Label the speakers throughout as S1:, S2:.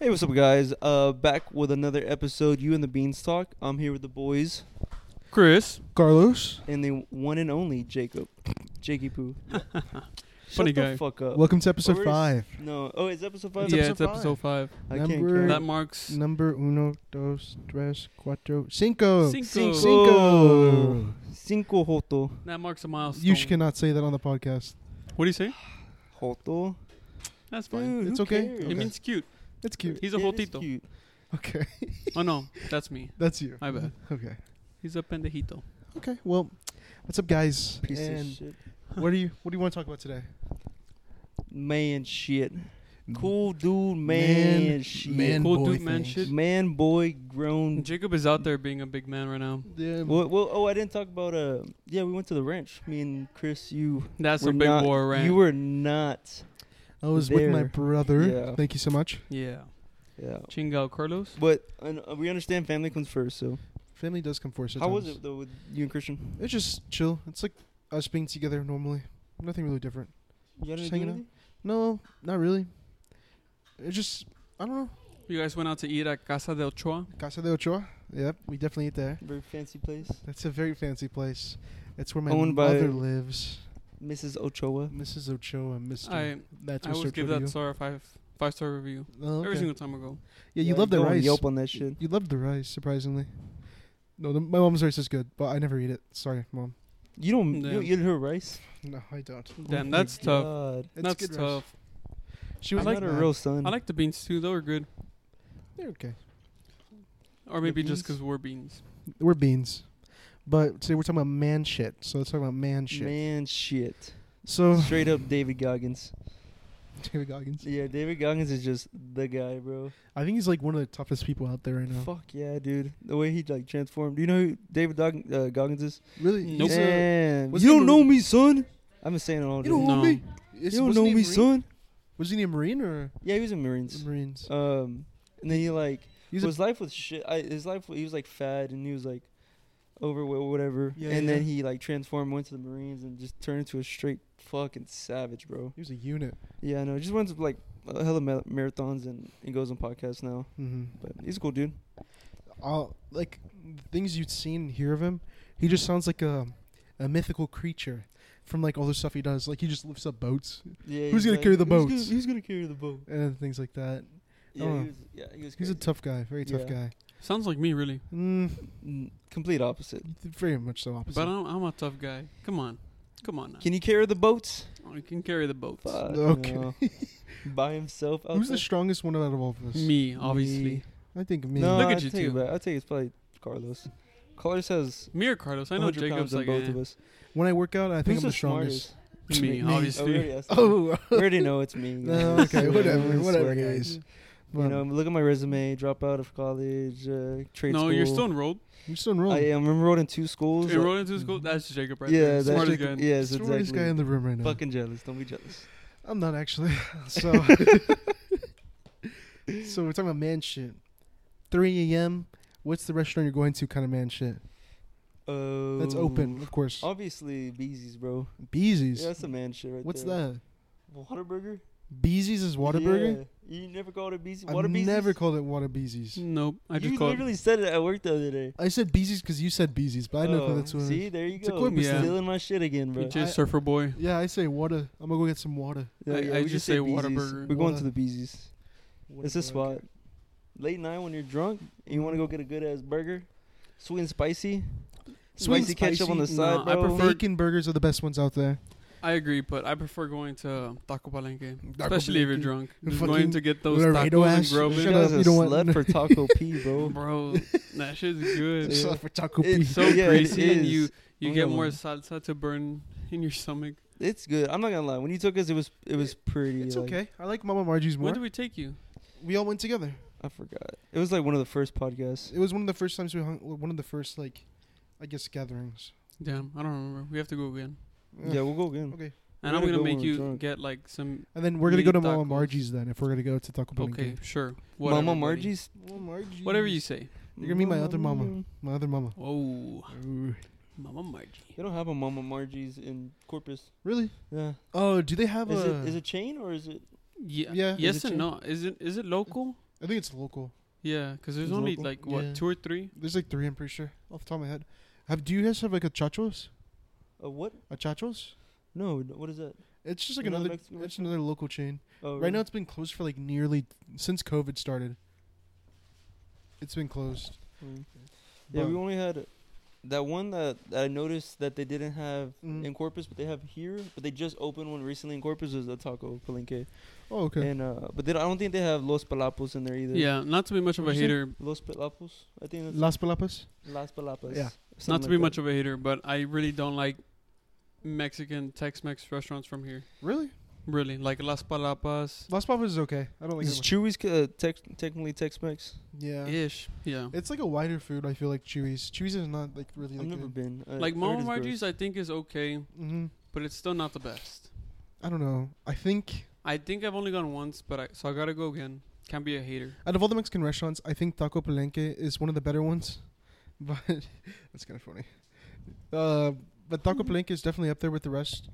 S1: Hey, what's up, guys? Uh, back with another episode. You and the Beanstalk. I'm here with the boys
S2: Chris.
S3: Carlos,
S1: and the one and only Jacob, Jakey Poo. Shut
S2: Funny guy.
S1: The fuck up.
S3: welcome to episode
S1: Where is-
S3: five.
S1: No. Oh, it's episode
S2: Yeah,
S1: five.
S2: it's episode five.
S1: I can't
S3: Number-
S1: count.
S2: That marks
S3: Number uno, dos, tres, cuatro, cinco.
S2: cinco.
S1: Cinco.
S3: Cinco.
S1: Cinco hoto.
S2: That marks a milestone.
S3: You sh- cannot say that on the podcast.
S2: What do you say?
S1: Hoto.
S2: That's fine.
S1: Dude,
S3: It's
S1: who
S3: okay.
S1: cares?
S2: It means cute.
S3: It's cute.
S2: He's a
S1: It is
S2: jotito.
S1: cute.
S3: Okay,
S2: Oh no, that's me.
S3: that's you.
S2: My bad.
S3: Okay.
S2: He's a pendejito.
S3: Okay. Well, what's up, guys?
S1: Piece of
S3: and
S1: shit.
S3: what do you What do you want to talk about today?
S1: Man, shit. Cool dude, man, shit.
S3: man
S2: Cool
S3: boy
S2: dude, man
S3: things.
S2: shit.
S1: Man, boy, grown.
S2: Jacob is out there being a big man right now.
S3: Yeah.
S1: Well, well, oh, I didn't talk about. Uh, yeah, we went to the ranch. Me and Chris, you.
S2: That's
S1: were
S2: a big
S1: not,
S2: war rant.
S1: You were not.
S3: I was with my
S1: there.
S3: brother.
S1: Yeah.
S3: Thank you so much.
S2: yeah.
S1: Yeah.
S2: Chingao Carlos.
S1: But and, uh, we understand family comes first. So
S3: Family does come first.
S1: how was
S3: sometimes.
S1: it though with you and Christian?
S3: It's just chill. It's like us being together normally. Nothing really different.
S1: You
S3: Just
S1: didn't do
S3: hanging out.
S1: anything?
S3: No, not really. It's just I don't know.
S2: You guys went out to eat at Casa del Choa.
S3: Casa de Ochoa. Yep, we definitely eat there.
S1: Very fancy place.
S3: That's a very fancy place. It's where my
S1: Owned by-
S3: mother lives,
S1: Mrs. Ochoa.
S3: Mrs. Ochoa. Mr.
S2: I
S3: That's
S2: I
S3: Mr.
S2: always give
S3: Ochoa to
S2: that star a five five star review.
S3: you. Oh,
S2: Every
S3: okay.
S2: single time I go.
S3: Yeah, you love the
S1: go on
S3: rice.
S1: Yelp on that shit.
S3: You love the rice, surprisingly. No, the, my mom's rice is good, but I never eat it. Sorry, mom.
S1: You don't. You don't
S2: Yeah.
S1: eat her rice.
S3: No, I don't.
S2: Damn, that's tough.
S1: God.
S3: It's
S2: that's
S3: good rice.
S2: tough.
S3: She
S1: I'm
S3: was like
S1: not a
S3: that.
S1: real son.
S2: I like the beans too. They were good.
S3: They're okay.
S2: Or maybe just
S1: beans?
S2: because we're beans.
S3: We're beans, but today we're talking about man shit. So let's talk about man shit.
S1: man shit.
S3: So
S1: Straight up David Goggins.
S3: David Goggins.
S1: Yeah, David Goggins is just the guy, bro.
S3: I think he's like one of the toughest people out there right now.
S1: Fuck yeah, dude. The way he like transformed. Do you know who David Dog- uh, Goggins is?
S3: Really?
S2: Nope.
S3: he's a-
S1: Damn.
S3: was
S1: You
S3: he
S1: don't
S3: a-
S1: know me, son. I've been saying it all day.
S3: You don't
S2: No.
S3: know me.
S1: You
S3: Is-
S1: don't
S3: wasn't
S1: know
S3: he
S1: me,
S3: a Marine?
S1: son.
S3: Was he a Marine or
S1: Yeah, he was in Marines.
S3: Marines?
S1: Um, and then he like
S3: He's a-
S1: his life was shit. I, his life he was like fat and he was like overweight, or whatever.
S3: Yeah,
S1: and
S3: yeah,
S1: then
S3: yeah.
S1: he like transformed, went to the Marines, and just turned into a straight fucking savage, bro.
S3: He was a unit.
S1: Yeah, I know. Just runs like a hell of ma- marathons and he goes on podcasts now.
S3: Mm-hmm.
S1: But he's a cool dude.
S3: All like the things you'd seen and hear of him, he just sounds like a a mythical creature from like all the stuff he does. Like he just lifts up boats
S1: Yeah.
S3: Who's
S1: he's
S3: gonna carry the
S1: "Who's gonna-
S3: boats?"
S1: Who's gonna carry the boat?
S3: and other things like that.
S1: Yeah,
S3: Oh.
S1: he was, yeah, he was.
S3: He's
S1: crazy.
S3: a tough guy, very tough
S1: Yeah.
S3: guy.
S2: Sounds like me, really.
S3: Mm,
S1: Mm, complete opposite.
S3: very much so opposite.
S2: But uh, I'm, I'm a tough guy. Come on. Come on now.
S1: Can you carry the boats?
S2: I Oh, can carry the boats.
S1: Fuck
S3: Okay.
S1: no. By himself.
S3: Who's the
S1: outside?
S3: strongest one out of all of us?
S2: Me, obviously.
S3: I think me.
S1: No,
S2: Look at
S1: I'd
S2: you
S1: take
S2: two.
S1: It back. I'd say it's probably Carlos. Carlos has
S2: Me or Carlos? I know
S1: 100
S2: Jacob's
S1: pounds on
S2: like
S1: both
S2: eh.
S1: of us.
S3: When I work out, I think
S1: Who's
S3: I'm the strongest.
S2: Me,
S3: Me.
S1: Oh, we,
S2: obviously.
S1: already asked that.
S3: Oh,
S1: we already know it's me.
S3: No,
S1: guys.
S3: okay,
S1: Swear,
S3: whatever, whatever,
S1: swear,
S3: guys.
S1: You know, look at my resume. Drop out of college. Uh, trade
S2: no,
S1: school.
S2: you're still enrolled.
S3: you're still enrolled.
S1: I am enrolled in two schools.
S2: Enrolled into school. That's Jacob right
S1: yeah,
S2: there.
S1: that's
S2: Smartest
S1: Jacob-
S2: guy.
S1: Yes,
S3: Strongest
S1: exactly.
S3: guy in the room right now.
S1: Fucking jealous. Don't be jealous.
S3: I'm not actually. So, so we're talking about man shit. 3 a.m. What's the restaurant you're going to? Kind of man shit.
S1: Oh,
S3: That's open, of course.
S1: Obviously, Beezy's, bro.
S3: Beezy's.
S1: Yeah, that's a man shit Oh, right
S3: What's
S1: there.
S3: that?
S1: What's that? Waterburger.
S3: Beezy's is Whataburger.
S1: Yeah. You never called it Beezy.
S3: I've
S1: Waterbeezy's?
S3: never called it Water Beezy's.
S2: Nope. I just
S1: you
S2: called.
S1: literally said it at work the other day.
S3: I said Beezy's because you said Beezy's, but I don't know
S1: Oh,
S3: if that's what. it
S1: See,
S3: is.
S1: there you
S3: It's a
S1: go.
S3: quick
S1: You're
S2: mistake.
S1: stealing my shit again, bro.
S2: You just
S3: I-
S2: surfer boy.
S3: Yeah, I say water. I'm gonna go get some water.
S1: Yeah,
S2: I-
S1: yeah,
S2: I
S1: we
S2: just say
S1: Beezy's.
S2: Whataburger.
S1: We're going
S3: Whata-
S1: to the Beezy's. It's a spot.
S3: Whataburger.
S1: Late night when you're drunk and you want to go get a good ass burger, sweet and spicy,
S3: Sweet and
S1: spicy ketchup on the
S2: spicy?
S1: side,
S2: Nah, I
S1: bro.
S2: prefer-
S3: Bacon burgers are the best ones out there.
S2: I agree, but I prefer going to Taco Palenque,
S3: Taco
S2: especially if you're
S3: Palenque.
S2: drunk. Just
S3: Fucking
S2: going to get those
S3: Laredo
S2: tacos and
S3: ass.
S1: This
S3: Shut
S2: growing.
S3: up,
S1: guy's a
S3: you don't want-
S1: slut for Taco P, bro.
S2: Bro, that shit's good.
S1: Yeah.
S3: Except for Taco
S1: It's-
S3: Bell.
S2: So
S1: Yeah, it
S2: greasy, and you
S1: is.
S2: you
S1: I'm
S2: get
S1: gonna
S2: more
S1: lie.
S2: salsa to burn in your stomach.
S1: It's good. I'm not gonna lie. When you took us, it was it was pretty.
S3: It's
S1: like-
S3: okay. I like Mama Margie's more.
S2: Where did we take you?
S3: we all went together.
S1: I forgot. It was like one of the first podcasts.
S3: It was one of the first times we hung. One of the first like, I guess gatherings.
S2: Damn, I don't remember. We have to go again.
S1: Yeah, we'll go again.
S3: Okay.
S2: And
S1: We're
S2: I'm
S1: gonna
S2: gonna
S1: go
S2: make
S1: when we're
S2: you
S1: drunk.
S2: get like some.
S3: And then we're gonna go to
S2: Mini
S3: Mama
S2: tacos.
S3: Margie's then if we're gonna go to Taco Bell.
S2: Okay, sure. Whatever,
S1: Mama
S2: buddy.
S1: Margie's.
S3: Margie.
S2: Whatever you say.
S3: You're gonna meet my other mama. My other mama.
S2: Oh, Mama Margie.
S1: They don't have a Mama Margie's in Corpus.
S3: Really?
S1: Yeah.
S3: Oh, do they have
S1: Is
S3: a?
S1: it is it chain or is it?
S2: Yeah.
S3: Yeah.
S2: Yes
S1: Is it
S2: and
S1: chain?
S2: no. Is it is it local?
S3: I think it's local.
S2: Yeah, because there's
S3: It's
S2: only
S3: local.
S2: like what
S3: Yeah.
S2: two or three.
S3: There's like three, I'm pretty sure, off the top of my head. Have do you guys have like a chachos?
S1: Uh, what?
S3: A chachos?
S1: No, n- what is that?
S3: It's just like
S1: Another
S3: another.
S1: Mexican
S3: It's another local chain.
S1: Oh,
S3: Right now, it's been closed for like nearly since COVID started. It's been closed.
S1: Mm. Yeah, we only had that one that, that I noticed that they didn't have
S3: Mm.
S1: in Corpus, but they have here. But they just opened one recently in Corpus. Is a taco palenque,
S3: Oh, okay.
S1: and uh, but they, don't- I don't think they have los palapos in there either.
S2: Yeah, not to be much of a
S3: What'd you say?
S2: hater.
S1: los palapos. I think that's
S3: Las Palapas.
S1: las palapas.
S3: Yeah.
S2: Not
S1: something
S2: to be
S1: like
S2: much
S1: that.
S2: of a hater, but I really don't like Mexican Tex-Mex restaurants from here.
S3: Really?
S2: Really, like Las Palapas,
S3: Las Palapas is okay. I don't like
S1: Is
S3: it.
S1: Chewy's uh, tex- technically Tex-Mex?
S3: Yeah.
S2: ish. Yeah,
S3: It's like a wider food. I feel like Chewy's. Chewy's is not like really.
S1: I've
S3: Like
S1: never been. I
S2: like
S1: heard
S2: Mama
S1: it's
S2: Margie's,
S1: gross.
S2: I think is okay,
S3: hmm
S2: but it's still not the best.
S3: I don't know. I think
S2: I think I've only gone once, but I, so I gotta go again. Can't be a hater.
S3: out of all the Mexican restaurants, I think Taco Palenque is one of the better ones. But that's kind of funny. Uh, but Taco
S1: Hmm.
S3: Palenque is definitely up there with the rest.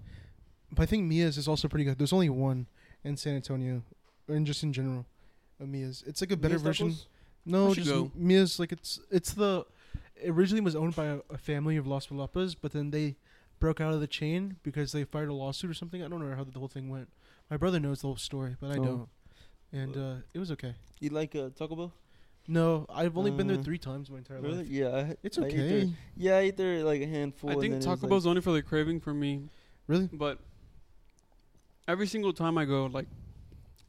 S3: But I think Mia's is also pretty good. There's only one in San Antonio, and just in general, of Mia's. It's like a better
S1: Mia's
S3: version.
S1: tacos?
S3: No,
S2: I should
S3: just
S2: go.
S3: Mia's like it's it's the it originally was owned by a, a family of Los Palapas, but then they broke out of the chain because they fired a lawsuit or something. I don't know how the whole thing went. My brother knows the whole story, but I
S1: Oh.
S3: don't. And uh, it was okay.
S1: You like uh, Taco Bell?
S3: No, I've only been there
S1: Uh,
S3: three times my entire
S1: Really?
S3: life.
S1: Yeah. I,
S3: It's
S1: I ate there-
S3: okay.
S1: yeah, I ate there like a handful.
S2: I
S1: and
S2: think
S1: then it was
S2: Taco
S1: like-
S2: Bell's only for the craving for me,
S3: Really?
S2: but every single time I go, like,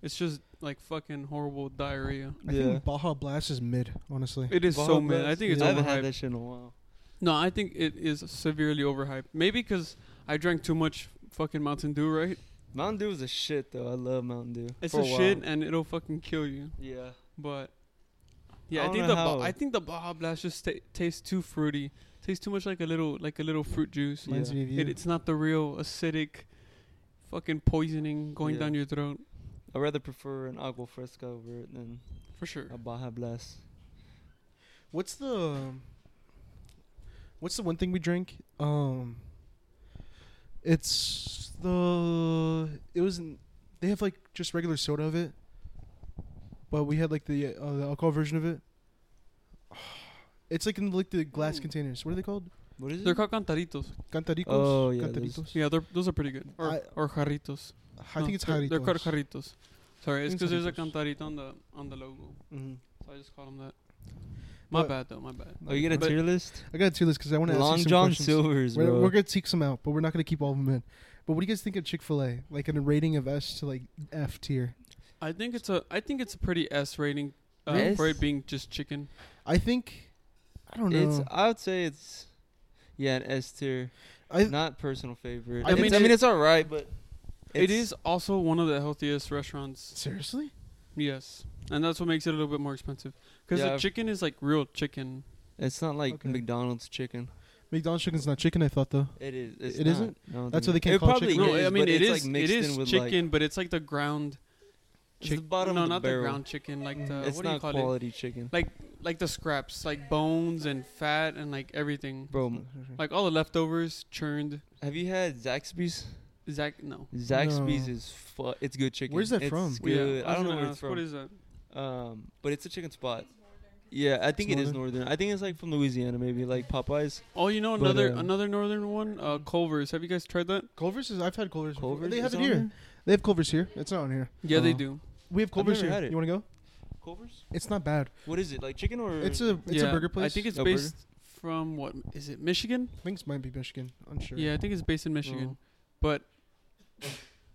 S2: it's just like fucking horrible diarrhea.
S3: I
S1: Yeah.
S3: think Baja Blast is mid, honestly.
S2: It is so
S1: Baja
S2: mid. I
S1: Blast?
S2: think it's
S1: I haven't had
S2: overhyped.
S1: that shit in a while.
S2: No, I think it is severely overhyped. Maybe because I drank too much fucking Mountain Dew, right?
S1: Mountain Dew is a shit though. I love Mountain Dew.
S2: It's
S1: For
S2: a
S1: while.
S2: shit, and it'll fucking kill you.
S1: Yeah.
S2: But
S1: I
S2: yeah, I,
S1: don't
S2: think
S1: know
S2: the ba-
S1: how.
S2: I think the Baja Blast just ta tastes too fruity. Tastes too much like a little like a little fruit juice.
S3: Reminds
S1: yeah.
S3: me of you.
S2: It, it's not the real acidic, fucking poisoning going
S1: Yeah.
S2: down your throat
S1: I rather prefer an agua fresca over it than
S2: for sure.
S1: a Baja Blast.
S3: What's the What's the one thing we drink? Um It's the it was n- they have like just regular soda of it. But we had like the uh, the alcohol version of it. It's like in like the glass
S1: Mm.
S3: containers. What are they called?
S1: What is
S2: They're
S1: it?
S2: called cantaritos.
S3: Cantaricos.
S1: Oh, yeah, those-
S3: Cantaritos.
S2: Yeah, they're, those are pretty good. Or
S3: I-
S2: or jarritos.
S3: I
S2: No,
S3: think it's
S2: they're,
S3: jarritos.
S2: They're called jarritos. Sorry, it's
S3: think
S2: because
S3: it's
S2: there's a
S3: jarritos.
S2: cantarito on the on the logo,
S1: Mhm.
S2: so I just call them that. My
S3: But-
S2: bad though, my bad.
S1: Oh, you get a
S2: But-
S1: tier list?
S3: I got two lists because I want to ask you
S1: Long
S3: some
S1: John
S3: questions.
S1: Silver's,
S3: We're,
S1: bro.
S3: we're gonna take some out, but we're not gonna keep all of them in. But what do you guys think of Chick Fil A? Like in a rating of S to like F tier.
S2: I think it's a I think it's a pretty S rating uh,
S1: Really?
S2: for it being just chicken.
S3: I think I don't know.
S1: It's. I would say it's. Yeah, an S tier.
S3: I
S1: Not personal favorite.
S2: I
S1: I, mean,
S2: mean,
S1: I mean,
S2: it-
S1: it's all right, but
S2: It
S1: it's-
S2: is also one of the healthiest restaurants.
S3: seriously.
S2: Yes, and that's what makes it a little bit more expensive because
S1: Yeah,
S2: the
S1: I've-
S2: chicken is like real chicken.
S1: It's not like
S3: Okay.
S1: McDonald's chicken.
S3: McDonald's chicken's not chicken. I thought though.
S1: It is. It's
S3: It
S1: not.
S3: isn't?
S1: I don't
S3: That's
S1: think
S3: what they
S1: it-
S3: can't
S1: it
S3: call
S1: probably
S3: chicken?
S2: No,
S1: Is,
S2: I mean
S1: but
S2: it
S1: it's
S2: is
S1: like
S2: it
S1: mixed in
S2: is
S1: with
S2: chicken, but it's like the ground.
S1: It's the
S2: chick-
S1: bottom
S2: No,
S1: of the
S2: not
S1: barrel.
S2: the ground chicken. Like the
S1: Like, it's
S2: what do you
S1: not
S2: call it?
S1: quality chicken,
S2: Like like the scraps, like bones and fat and like everything,
S1: bro. m-
S2: like all the leftovers churned.
S1: Have you had Zaxby's?
S2: Zach, no.
S1: Zaxby's
S3: No.
S1: is fu- It's good chicken.
S3: Where's that
S1: It's
S3: from?
S2: Well, yeah,
S1: Good.
S2: was
S1: I don't know
S2: gonna
S1: where it's
S2: ask,
S1: from.
S2: What is that?
S1: um, but it's a chicken spot. Yeah, I think
S3: It's
S1: it is northern. I think it's like from Louisiana, maybe like Popeyes.
S2: Oh, you know
S1: But,
S2: another
S1: um,
S2: another northern one, uh, Culver's. Have you guys tried that?
S3: Culver's is. I've had Culver's. before.
S1: Culver's
S3: They
S1: is
S3: have it
S1: on
S3: here.
S1: there?
S3: They have Culver's here. It's not on here.
S2: Yeah, they
S1: Oh.
S2: do.
S3: We have Culver's
S1: never
S3: here.
S1: had it.
S3: You want to go?
S1: Culver's.
S3: It's not bad.
S1: What is it like? Chicken or?
S3: It's a it's
S2: yeah,
S3: a burger place.
S2: I think it's
S1: A burger?
S2: based from what is it? Michigan?
S3: I think it might be Michigan. Unsure.
S2: Yeah, I think it's based in Michigan.
S1: Oh.
S2: But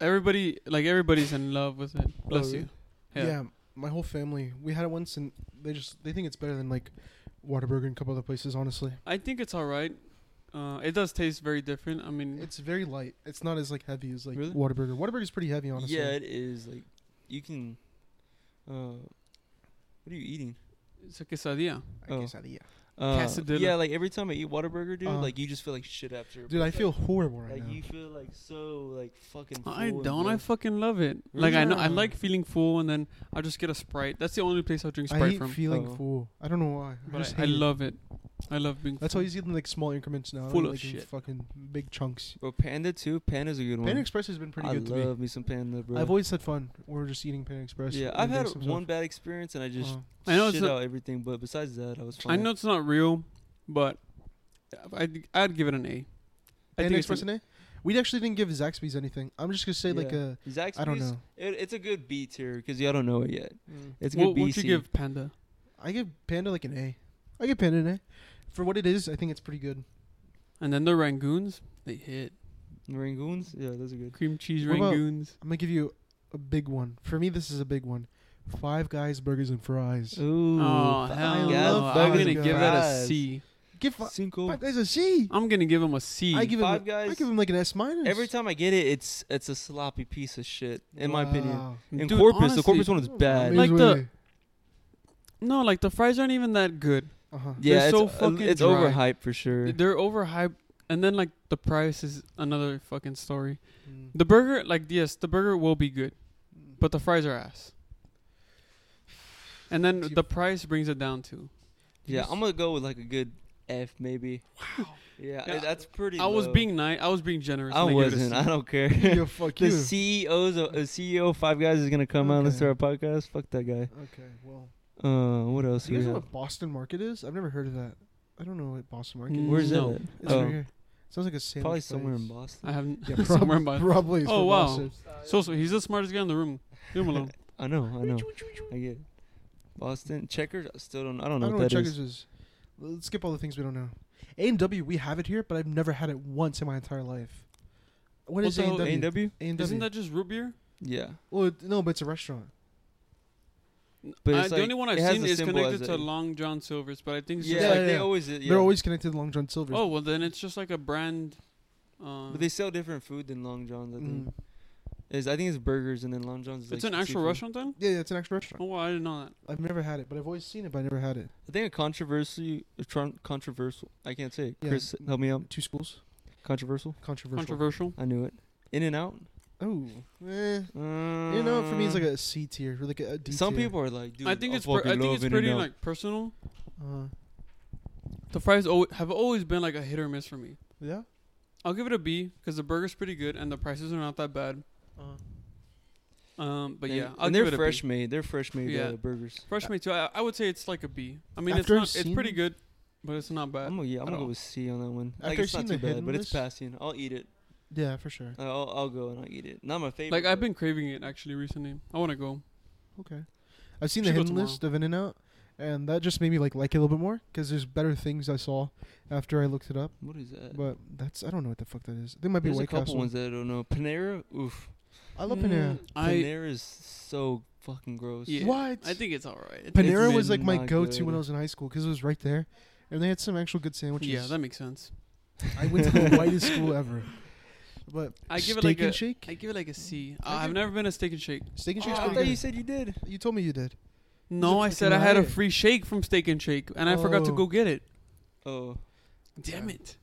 S2: everybody, like everybody's in love with it. Bless
S1: really?
S2: you.
S3: yeah. My whole family. We had it once, and they just they think it's better than like Whataburger and a couple other places. Honestly,
S2: I think it's all right. Uh, it does taste very different. I mean,
S3: it's very light. It's not as like heavy as like
S1: Really?
S3: Whataburger. Whataburger's pretty heavy, honestly.
S1: Yeah, it is. Like, you can. Uh, what are you eating?
S2: it's a quesadilla.
S1: oh.
S3: yeah.
S1: Uh,
S2: Quesadilla.
S1: Yeah, like every time I eat Whataburger, dude,
S3: Uh-huh.
S1: like you just feel like shit after.
S3: Dude, I feel horrible right
S1: Like
S3: now.
S1: you feel like so like fucking. Full
S2: I
S1: and
S2: don't. I
S1: good.
S2: fucking love it. Like I know, I
S3: Yeah.
S2: like feeling full, and then I just get a sprite. That's the only place I drink
S3: I
S2: sprite
S3: hate
S2: from.
S3: feeling
S1: Oh.
S3: full. I don't know why. I
S2: But
S3: just
S2: I, I
S3: hate it.
S2: love it. I I love being.
S3: That's
S2: full.
S3: how you see them like small increments now.
S2: Full
S3: not,
S2: of
S3: like, in
S2: shit.
S3: Fucking big chunks.
S1: But Panda too. Panda's a good one.
S3: Panda Express has been pretty
S1: Mm. I
S3: good to me.
S1: love me some Panda, bro.
S3: I've always had fun. We're just eating Panda Express.
S1: yeah,
S3: and
S1: I've had
S3: doing some stuff.
S1: one bad experience and I just
S3: Uh,
S2: I know it's
S1: shit
S2: not-
S1: out everything. But besides that, I was
S2: I
S1: fine.
S2: know it's not real, but I'd, I'd give it an A. I
S3: Panda
S2: think it's
S3: Express
S2: an-
S3: and A. We actually didn't give Zaxby's anything. I'm just gonna say like
S1: Yeah.
S3: a.
S1: Zaxby's. Mm.
S3: I don't know.
S1: It, it's a good B tier because y'all don't know it yet. It's a
S2: What
S1: good B
S2: would
S1: C.
S2: you give Panda?
S3: I give Panda like an A. I give Panda an A. For what it is, I think it's pretty good.
S2: And then the Rangoons, they hit
S1: Rangoons. Yeah, those are good.
S2: cream cheese
S3: What about-
S2: Rangoons.
S3: I'm gonna give you a big one. For me, this is a big one. Five Guys Burgers and Fries.
S1: Ooh,
S2: oh
S1: Five
S2: hell
S1: Guys
S2: no!
S3: love
S2: I'm
S1: burgers
S2: gonna
S1: and
S2: give that a
S1: fries.
S2: C.
S3: Give fi-
S1: Cinco.
S3: Five Guys a C.
S2: I'm gonna give him a C.
S3: I give him.
S1: Five
S3: a- I
S1: Guys-
S3: give him like an S minus.
S1: Every time I get it, it's it's a sloppy piece of shit, in my opinion.
S3: Wow.
S1: And
S2: Dude,
S1: Corpus,
S2: honestly,
S1: the Corpus one is
S3: oh,
S1: bad.
S2: mean- Like the- No, like the fries aren't even that good.
S3: uh-huh.
S1: yeah,
S2: they're
S1: it's,
S2: so
S1: uh,
S2: fucking
S1: it's
S2: dry.
S1: overhyped for sure.
S2: They're overhyped, and then like the price is another fucking story. The burger, like yes, the burger will be good, but the fries are ass. And then the price brings it down too.
S1: Yeah, I'm gonna go with like a good F maybe. Wow. Yeah,
S2: Yeah,
S1: that's pretty.
S2: I was
S1: low.
S2: being nice. I was being generous.
S1: I
S2: and gave it a
S1: wasn't.
S2: C.
S1: I don't care.
S3: yeah, fuck
S1: the E
S3: you.
S1: CEO's a CEO of Five Guys is gonna come out and listen to our
S3: Okay.
S1: podcast. Fuck that guy.
S3: okay, well,
S1: Uh, what else?
S3: do you
S1: we
S3: guys know
S1: have?
S3: what Boston Market is? I've never heard of that. I don't know what Boston Market.
S2: Mm,
S3: is.
S1: Where's
S2: No.
S1: that? at?
S3: It's
S1: Oh,
S3: right here. Sounds like a sandwich.
S1: probably somewhere in
S3: place.
S1: Boston.
S2: I haven't.
S3: Yeah, prob-
S2: somewhere in Boston.
S3: probably. it's
S2: Oh,
S3: from
S2: wow.
S3: Boston.
S2: So so he's the smartest guy in the room. Leave him alone.
S1: I know. I know. I get. It. Boston Checkers. I still don't. I don't know
S3: I don't know
S1: what
S3: what
S1: that is.
S3: Checkers is. Let's skip all the things we don't know. A and W, we have it here, but I've never had it once in my entire life. What
S2: What
S3: is
S2: the
S3: A
S2: hell-
S3: and W?
S1: A&W?
S3: A and
S2: Isn't
S3: W.
S2: that just root beer?
S1: Yeah.
S3: Well, it- no, but it's a restaurant.
S1: But
S2: I-
S1: it's
S2: the
S1: like-
S2: only one I've
S1: it has
S2: seen
S1: the
S2: is
S1: symbol
S2: connected
S1: as
S2: to
S1: a-
S2: Long John Silver's, but I think it's
S1: Yeah,
S2: just
S1: like
S2: like,
S3: yeah,
S1: they
S3: yeah.
S1: always. Yeah.
S3: They're always connected to Long John Silver's.
S2: oh well, then it's just like a brand. Um,
S1: But they sell different food than Long John's. I think.
S3: Mm.
S1: Is I think it's burgers and then Long John's. Is
S2: it's
S1: like
S2: an actual
S1: seafood.
S2: restaurant then.
S3: Yeah, yeah, it's an actual restaurant.
S2: Oh, wow, I didn't know that.
S3: I've never had it, but I've always seen it, but I never had it.
S1: I think a controversy, a tron- controversial. I can't say. It.
S3: Yeah.
S1: Chris, help me out.
S3: Two schools.
S1: Controversial.
S3: Controversial.
S2: Controversial.
S1: I knew it. In and out.
S3: oh. Eh.
S1: Uh,
S3: You know, for me,
S2: Mm.
S3: it's like a C tier, or like a a D
S1: Um, Some
S3: tier.
S1: people are like, dude.
S2: I think it's.
S1: I,
S2: Per- I think it's pretty
S1: like.
S2: like personal.
S3: Uh,
S2: The fries al- have always been like a hit or miss for me.
S3: yeah.
S2: I'll give it a B because the burger's pretty good and the prices are not that bad.
S3: Uh,
S2: Um, but
S1: and,
S2: yeah, I'll
S1: and
S2: give
S1: they're
S2: it
S1: fresh
S2: a B.
S1: made. They're fresh made
S2: Yeah.
S1: uh, burgers.
S2: Fresh made too. I, I would say it's like a B. I mean,
S3: After I've
S2: it's not. It's
S3: seen-
S2: pretty good, but it's not bad.
S1: I'm gonna, yeah, I'm
S2: at
S1: gonna go
S2: all.
S1: with C on that one. like
S3: After
S1: it's
S3: I've
S1: not
S3: seen
S1: too
S3: the
S1: bad,
S3: hidden
S1: but it's
S3: list-
S1: passing. I'll eat it. Uh,
S3: yeah, for sure.
S1: I'll, I'll go and I'll eat it. Not my favorite.
S2: Like I've
S1: but
S2: been craving it actually recently. I want to go.
S3: Okay. I've seen the
S2: Should go
S3: hidden list of In and Out, and that just made me like like it a little bit more because there's better things I saw after I looked it up.
S1: What is
S2: Uh,
S1: that?
S3: But that's I don't know what the fuck that is. There might be
S1: There's a
S3: White
S1: couple
S3: Castle.
S1: ones that I don't know. Panera. Oof.
S3: I love Panera.
S2: Mm, I
S1: Panera is so fucking gross.
S2: yeah.
S3: What?
S2: I think it's all right. It's-
S3: Panera
S1: It's
S3: was like my
S1: not
S3: go-to when
S1: good.
S3: I was in high school because it was right there, and they had some actual good sandwiches.
S2: yeah, that makes sense.
S3: I went to the whitest school ever. But
S2: I give
S3: steak
S2: it like
S3: and
S2: a-
S3: shake.
S2: I give it like a C. Uh,
S3: I
S2: I've
S3: give-
S2: never been a steak and shake.
S3: Steak and
S1: Oh,
S3: shake's
S1: I
S3: pretty
S1: thought
S3: good.
S1: you said you did.
S3: You told me you did.
S2: No, I
S3: fucking
S2: said I had a
S3: riot.
S2: free shake from Steak and Shake, and I forgot to
S3: Oh.
S2: go get it.
S1: Oh,
S2: Damn
S3: Yeah.
S2: it!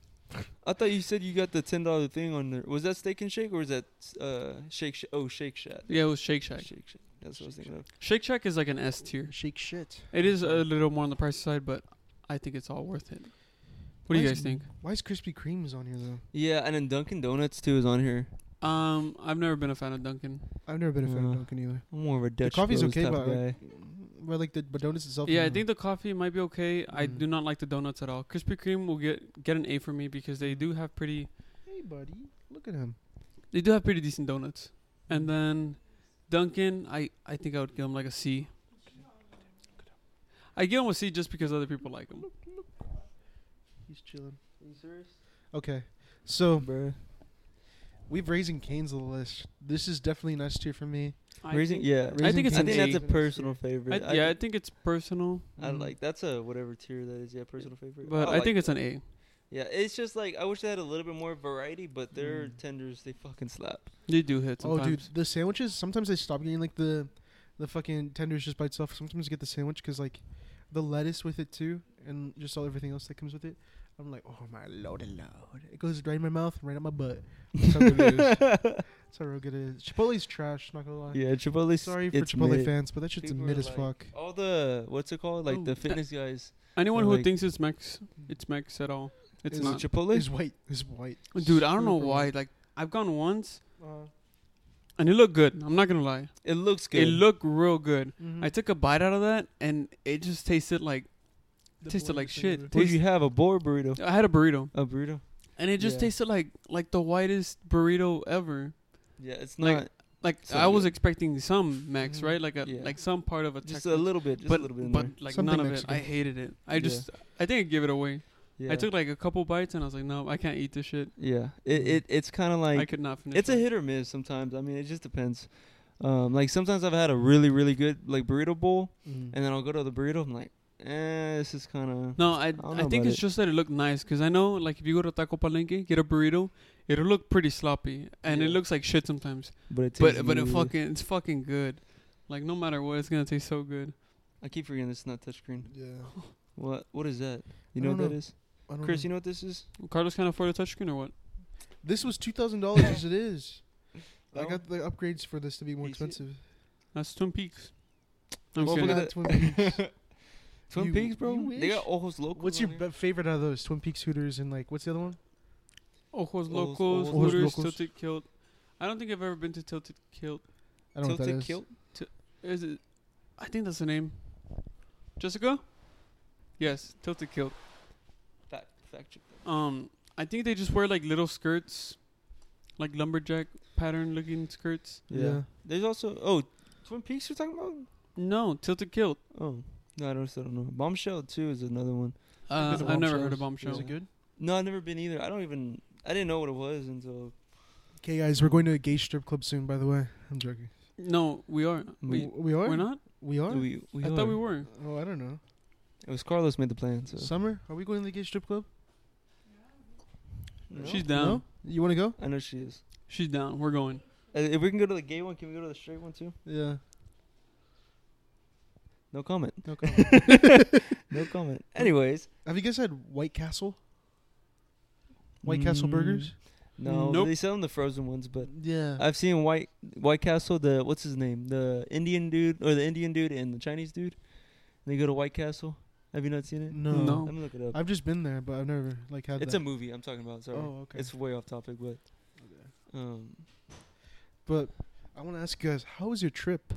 S1: I thought you said you got the ten dollar thing on there. Was that Steak and Shake or was that uh Shake? Sh- oh, Shake Shack.
S2: Yeah, it was Shake Shack.
S1: Shake Shack. That's what I was thinking of.
S2: Shake Shack is like an S tier.
S3: Shake shit.
S2: It is uh, a little more on the pricey side, but I think it's all worth it. What do you
S3: Why is-
S2: guys think?
S3: Why is Krispy Kreme's on here though?
S1: Yeah, and then Dunkin' Donuts too is on here.
S2: Um, I've never been a fan of Dunkin'.
S3: I've never been a fan
S1: Uh,
S3: of Dunkin' either.
S1: I'm more of a Dutch
S3: coffee's
S1: Bros
S3: okay,
S1: type
S3: but
S1: of
S3: I-
S1: guy.
S3: But like the but donuts itself.
S2: Yeah, I
S3: no.
S2: think the coffee might be okay. I
S3: Mm.
S2: do not like the donuts at all. Krispy Kreme will get get an A for me because they do have pretty
S3: Hey, buddy, look at him.
S2: they do have pretty decent donuts. And then Dunkin', I I think I would give them like a C. I give them a C just because other people like them.
S3: He's chilling. Okay,
S1: Oh,
S3: so we've raising Cane's on the list. This is definitely an S tier for me.
S1: Raising, yeah,
S3: Raising
S1: I think it's. I
S2: an
S1: think
S2: A.
S1: that's a personal favorite.
S2: I, yeah, I think it's personal,
S1: I like that's a whatever tier that is. Yeah, personal favorite.
S2: but I,
S1: like
S2: think it's
S1: that.
S2: an A.
S1: Yeah, it's just like I wish they had a little bit more variety, but their
S3: Mm.
S1: tenders they fucking slap.
S2: They do hit
S3: Oh,
S2: sometimes.
S3: dude, the sandwiches. Sometimes I stop getting like the, the fucking tenders just by itself. Sometimes I get the sandwich because like, the lettuce with it too, and just all everything else that comes with it. I'm like, oh my lord, lord. It goes right in my mouth, right up my butt. That's how
S2: E
S3: good it is. That's how real good it is. Chipotle's trash, not gonna lie.
S1: yeah, Chipotle.
S3: Sorry for Chipotle fans, but that shit's mid as fuck.
S1: All the what's it called? Like
S2: Ooh.
S1: the fitness guys.
S2: Anyone
S1: Or
S2: who
S1: like-
S2: thinks it's Mex, it's Mex at all.
S1: Is
S2: It's
S1: it
S2: not.
S1: Chipotle.
S3: It's white. It's white.
S2: Dude, I don't know
S3: Super
S2: why. Like I've gone once
S3: white. Uh,
S2: and it looked good. I'm not gonna lie.
S1: it looks good.
S2: It looked real good.
S3: mhm.
S2: I
S1: Mm.
S2: took a bite out of that and it just tasted like
S3: The
S2: tasted like
S3: boilers
S2: shit.
S3: and
S1: What did
S3: everything.
S1: you have? A boar burrito.
S2: I had a burrito
S1: A burrito.
S2: and it just
S1: Yeah.
S2: tasted like like the whitest burrito ever.
S1: Yeah, it's
S2: Like,
S1: not
S2: Like
S1: So
S2: I was
S1: good.
S2: expecting some Mex,
S3: Mhm.
S2: right? Like a
S1: Yeah.
S2: like some part of a
S1: Mm-hmm. just
S2: Tex-Mex.
S1: a little bit. Just
S2: but
S1: a little bit. In
S2: but
S1: there.
S2: like
S3: Something
S2: none of it.
S3: Mexican.
S2: I hated it. I
S1: Yeah.
S2: just I think I gave it away.
S1: Yeah.
S2: I took like a couple bites and I was like, no, I can't eat this shit.
S1: yeah. It, it it's kind of
S2: I
S1: like
S2: could not finish.
S1: it's a
S2: that.
S1: hit or miss sometimes. I mean, it just depends. Um, like sometimes I've had a really really good like burrito bowl,
S3: Mhm.
S1: and then I'll go to the burrito. I'm like, eh, this is kind of.
S2: No, I
S1: don't
S2: I,
S1: know
S2: think
S1: about
S2: it's
S1: it.
S2: just that it looked nice because I know like if you go to Taco Palenque, get a burrito, it'll look pretty sloppy and it
S1: Yeah.
S2: looks like shit sometimes.
S1: But it tastes
S2: But but it
S1: really-
S2: fucking it's fucking good. Like no matter what, it's gonna taste so good.
S1: I keep forgetting this is not touchscreen.
S3: Yeah.
S1: What what is that? You
S3: I
S1: know what
S3: don't
S1: that
S3: know.
S1: is,
S3: I don't
S1: Chris?
S3: know.
S1: You know what this is?
S2: Carlos can't afford a touchscreen or what?
S3: this was two thousand dollars as it is. I
S2: Oh.
S1: No?
S3: got the upgrades for this to be more
S1: You see it?
S3: expensive.
S2: That's Twin Peaks. I'm
S1: Well,
S2: just kidding.
S1: look
S3: Not
S1: at
S3: Twin
S1: that. Twin
S3: You-
S1: Peaks, bro.
S3: you
S1: They
S3: wish.
S1: got Ojos Locos.
S3: What's your
S1: on
S3: be- favorite out of those? Twin Peaks, Hooters, and like what's the other one?
S2: Ojos
S1: Ojos-
S2: Locos,
S1: Ojos
S2: Hooters,
S3: Locos.
S2: Tilted Kilt. I don't think I've ever been to Tilted Kilt.
S3: I
S1: there?
S3: don't know what that
S1: Tilted
S3: is.
S1: Kilt.
S2: Is it? I think that's the name. Jessica. Yes, Tilted Kilt.
S1: Fact fact check. that.
S2: Um, I think they just wear like little skirts, like lumberjack pattern looking skirts.
S1: Yeah.
S3: Yeah.
S1: There's also oh, Twin Peaks you're talking about?
S2: No, tilted kilt.
S1: Oh, no, I also don't know. Bombshell too is another one.
S2: Uh,
S3: Is it
S2: I've never heard
S3: bombshells?
S2: of bombshell.
S3: Is it good?
S1: No, I've never been either. I don't even. I didn't know what it was until.
S3: Okay, guys, we're going to a gay strip club soon. By the way, I'm joking.
S2: No, we are. We
S3: We, we are.
S2: we're not.
S3: We are.
S1: We, we
S2: I thought
S1: are.
S2: we were.
S3: Oh, I don't know.
S1: It was Carlos made the plan. So
S3: Summer, are we going to the gay strip club?
S1: No?
S2: She's down.
S3: No. You want to go?
S1: I know she is.
S2: She's down. We're going.
S1: Uh, If we can go to the gay one, can we go to the straight one too?
S3: Yeah.
S1: No comment.
S3: No comment.
S1: No comment. Anyways,
S3: Have you guys had White Castle? White Castle
S1: Mm,
S3: burgers?
S1: no,
S2: Nope.
S1: they sell them the frozen ones,
S3: Mm.
S1: but
S3: Yeah.
S1: I've seen White White Castle. The what's his name? The Indian dude or the Indian dude and the Chinese dude. They go to White Castle. Have you not seen it?
S3: no.
S2: No.
S1: Let me look it up.
S3: I've just been there, but I've never like had.
S1: it's a
S3: that.
S1: movie I'm talking about. Sorry,
S3: Oh, okay.
S1: it's way off topic, but um,
S3: but I want to ask you guys, how was your trip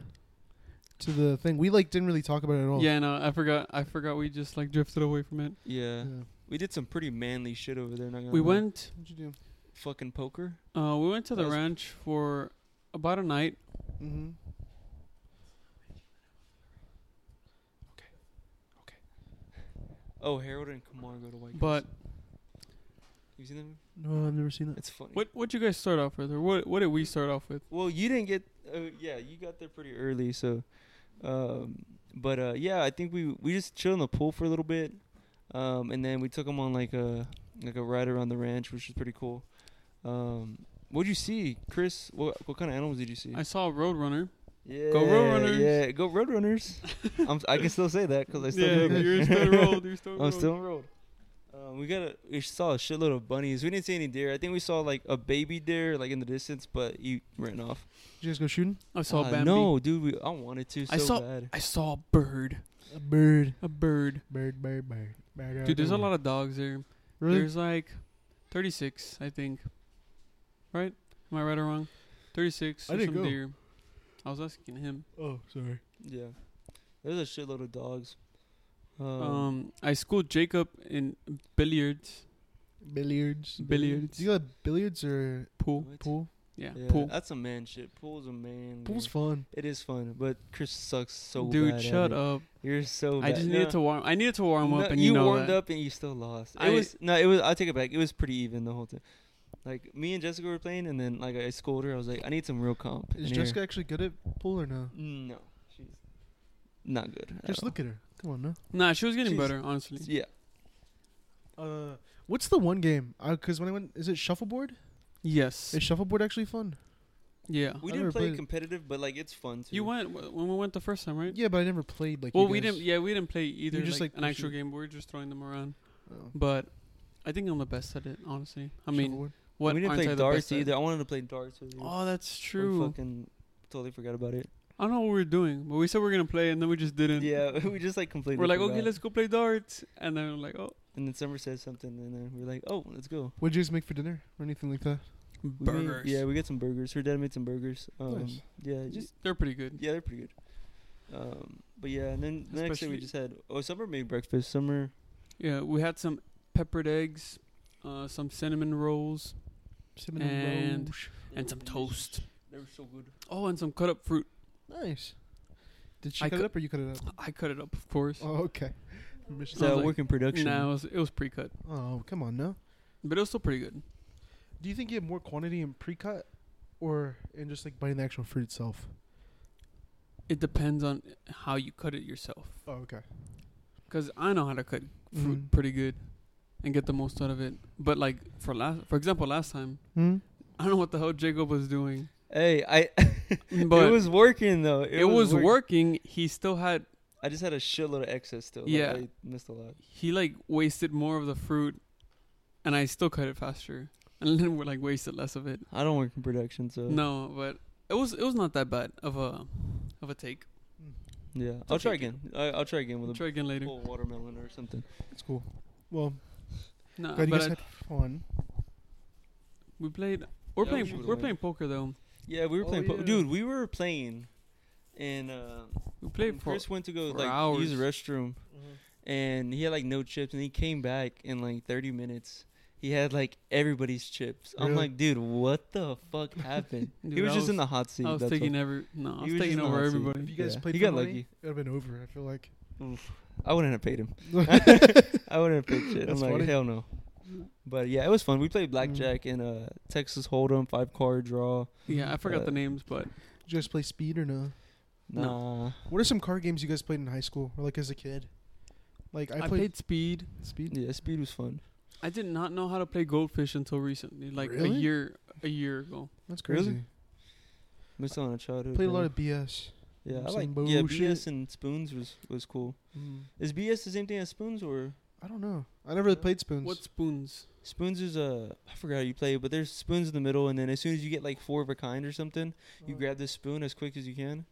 S3: to the thing? We like didn't really talk about it at all.
S2: Yeah, no, I forgot. I forgot. We just like drifted away from it.
S1: yeah,
S3: Yeah.
S1: we did some pretty manly shit over there. Not gonna
S2: We
S1: lie.
S2: went.
S3: What'd you do?
S1: fucking poker.
S2: Uh, we went to the
S1: That was-
S2: ranch for about a night.
S3: Mm-hmm.
S1: Oh, Harold and Kumar go to White
S2: But
S1: Castle. you seen them?
S3: No, I've never seen it.
S1: It's funny.
S2: what what you guys start off with, or what what did we start off with?
S1: Well, you didn't get. Uh, yeah, you got there pretty early. So, um, but uh, yeah, I think we we just chilled in the pool for a little bit, um, and then we took them on like a like a ride around the ranch, which was pretty cool. Um, what'd you see, Chris? What what kind of animals did you see?
S2: I saw a Roadrunner.
S1: yeah,
S2: Roadrunners.
S1: Yeah, go Roadrunners. I'm, si can still say that because I still
S2: yeah,
S1: do that.
S2: you're still rolled. You're still
S1: I'm
S2: rolled.
S1: still on road. Um, we got a we saw a shitload of bunnies. We didn't see any deer. I think we saw like a baby deer like in the distance, but he ran off.
S3: Did you guys go shooting?
S2: I saw
S1: Ah,
S2: Bambi.
S1: No, dude, we, I wanted to. So
S2: I saw-
S1: bad.
S2: I saw a bird.
S3: A bird.
S2: A bird.
S3: Bird, bird, bird. bird
S2: Dude, there's a lot of dogs there.
S3: Really?
S2: There's like 36, I think. Right? Am I right or wrong? 36.
S3: I
S2: there's
S3: didn't
S2: some
S3: go.
S2: deer. I was asking him.
S3: oh, sorry.
S1: Yeah, there's a shitload of dogs. Um,
S2: Um, I schooled Jacob in billiards,
S3: Billiards.
S2: Billiards.
S3: Do you got billiards or
S2: pool.
S1: what?
S3: pool?
S2: Yeah,
S1: Yeah,
S2: pool.
S1: That's a man shit. Pool's a man.
S3: Pool's
S1: game.
S3: fun.
S1: it is fun, but Chris sucks so bad.
S2: Dude,
S1: at it.
S2: shut up.
S1: You're so.
S2: I
S1: bad.
S2: just
S1: No,
S2: needed to warm. I needed to warm
S1: no,
S2: up, and you, know
S1: warmed
S2: that.
S1: up and you still lost. It
S2: I-
S1: was no, it was. I take it back. It was pretty even the whole time. Like me and Jessica were playing, and then like I scolded her. I was like, I need some real comp.
S3: Is
S1: in here."
S3: Jessica actually good at pool or no?
S1: No, she's not good. at
S3: Just
S2: Uh,
S1: all.
S3: look at her. Come on, no.
S2: Nah, she was getting
S1: She's-
S2: better, honestly.
S1: Yeah,
S3: Uh, what's the one game? Because when I went, is it shuffleboard?
S2: Yes.
S3: Is shuffleboard actually fun?
S2: Yeah.
S1: we
S3: I
S1: didn't
S3: never
S1: play
S3: played it.
S1: competitive, but like it's fun too.
S2: You went w- when we went the first time, right?
S3: Yeah, but I never played like.
S2: Well,
S3: you
S2: we
S3: guys.
S2: didn't. Yeah, we didn't play either.
S3: just,
S2: like,
S3: like,
S2: an actual
S3: pushing-
S2: game. We were just throwing them around.
S3: Oh.
S2: But I think I'm the best at it, honestly. I
S3: Shovel
S2: mean,
S3: wood.
S2: what
S1: we didn't
S2: aren't I
S1: play
S2: the
S1: darts
S2: best at?
S1: either. I wanted to play darts with you.
S2: Oh, that's
S1: We
S2: true.
S1: fucking totally forgot about it.
S2: I don't know what we were doing, but we said we are gonna play, and then we just didn't.
S1: Yeah, we just like completely.
S2: We're like,
S1: forgot.
S2: okay, let's go play darts, and then we're like, oh,
S1: And then Summer says something, and then we're like, oh, let's go.
S3: What did you guys make for dinner or anything like that?
S1: We made-
S2: burgers.
S1: yeah, we got some burgers. Her dad made some burgers. Um,
S3: Nice.
S1: Yeah, just
S2: they're pretty good.
S1: yeah, they're pretty good. Um, but yeah, and then the next day we
S2: Especially-
S1: just had oh, Summer made breakfast. Summer
S2: Yeah, we had some peppered eggs, uh, some cinnamon rolls,
S3: Cinnamon
S2: And-
S3: Rouge.
S2: and some toast.
S1: They were so good.
S2: Oh, and some cut up fruit.
S3: Nice. Did she
S2: I
S3: cut
S2: cou-
S3: it up or you cut it up?
S2: I cut it up, of course.
S3: Oh, okay.
S1: It's
S2: Sounds
S1: a
S2: like-
S1: work in production.
S2: No, it was, it was pre-cut,
S3: Oh, come on now.
S2: but it was still pretty good.
S3: Do you think you have more quantity in pre-cut or in just like biting the actual fruit itself?
S2: It depends on how you cut it yourself.
S3: Oh, okay.
S2: Cause I know how to cut fruit
S1: Mm-hmm.
S3: Mhm.
S2: pretty good, and get the most out of it. But like for last, for example, last time
S3: Hmm?
S2: I don't know what the hell Jacob was doing,
S1: Hey, I
S2: but
S1: it was working though.
S2: it, was,
S1: work-
S2: working. He still had
S1: I just had a shitload of excess still. Like,
S2: Yeah.
S1: I missed a lot.
S2: he like wasted more of the fruit, and I still cut it faster, and then we like wasted less of it.
S1: I don't work in production, so
S2: No, but it was it was not that bad of a of a take.
S1: Yeah, I'll try
S2: okay.
S1: again. I, I'll try again with a
S2: Try again later.
S1: full watermelon or something.
S3: That's cool. Well,
S2: No,
S3: glad you
S2: Uh, but
S3: guys
S2: I-
S3: had fun.
S2: we played. We're
S1: Yeah, we
S2: playing.
S1: should've
S2: We're
S1: won.
S2: playing poker though.
S1: Yeah, we were
S3: Oh,
S1: playing. Po-
S3: yeah.
S1: Dude, we were playing, and uh,
S2: We played
S1: when
S2: for Mm-hmm.
S1: Chris went to go
S2: for
S1: like use the restroom,
S3: Mhm.
S1: and he had like no chips, and he came back in like 30 minutes. He had like everybody's chips. I'm
S3: Really?
S1: like, dude, what the fuck happened? he
S2: Dude,
S1: was
S2: I
S1: just in
S2: was-
S1: the hot seat.
S2: I was
S1: that's
S2: taking
S1: all.
S2: every. No, I
S1: He
S2: was
S1: was
S2: taking
S1: just in the
S2: over
S1: hot seat.
S2: everybody.
S3: If you guys
S1: Yeah.
S3: played
S1: He
S3: for
S1: got
S3: money,
S1: lucky.
S3: it would have been over. I feel like.
S1: I wouldn't have paid him. I wouldn't have picked shit. I'm
S3: That's
S1: like,
S3: funny.
S1: hell no. But yeah, it was fun. We
S2: Mm-hmm.
S1: played blackjack and uh, Texas Hold'em, five card draw.
S2: Yeah, I forgot
S1: Uh,
S2: the names, but
S3: Did you guys play speed or no?
S1: Nah,
S3: What are some card games you guys played in high school or like as a kid? Like I,
S2: I,
S3: played,
S2: played Speed.
S3: speed.
S1: yeah, speed was fun.
S2: I did not know how to play Goldfish until recently, like a
S3: Really?
S2: year a year ago.
S3: That's
S1: Really?
S3: crazy.
S1: Missed out on a childhood.
S3: Played a
S1: bro.
S3: lot of BS.
S1: yeah, I
S3: some
S1: like yeah
S3: bullshit.
S1: BS and spoons was was cool.
S3: Mm.
S1: Is BS the same thing as spoons or
S3: I don't know. I never played spoons.
S2: What spoons?
S1: spoons is uh I forgot how you play it, but there's spoons in the middle, and then as soon as you get like four of a kind or something, you grab this spoon as quick as you can,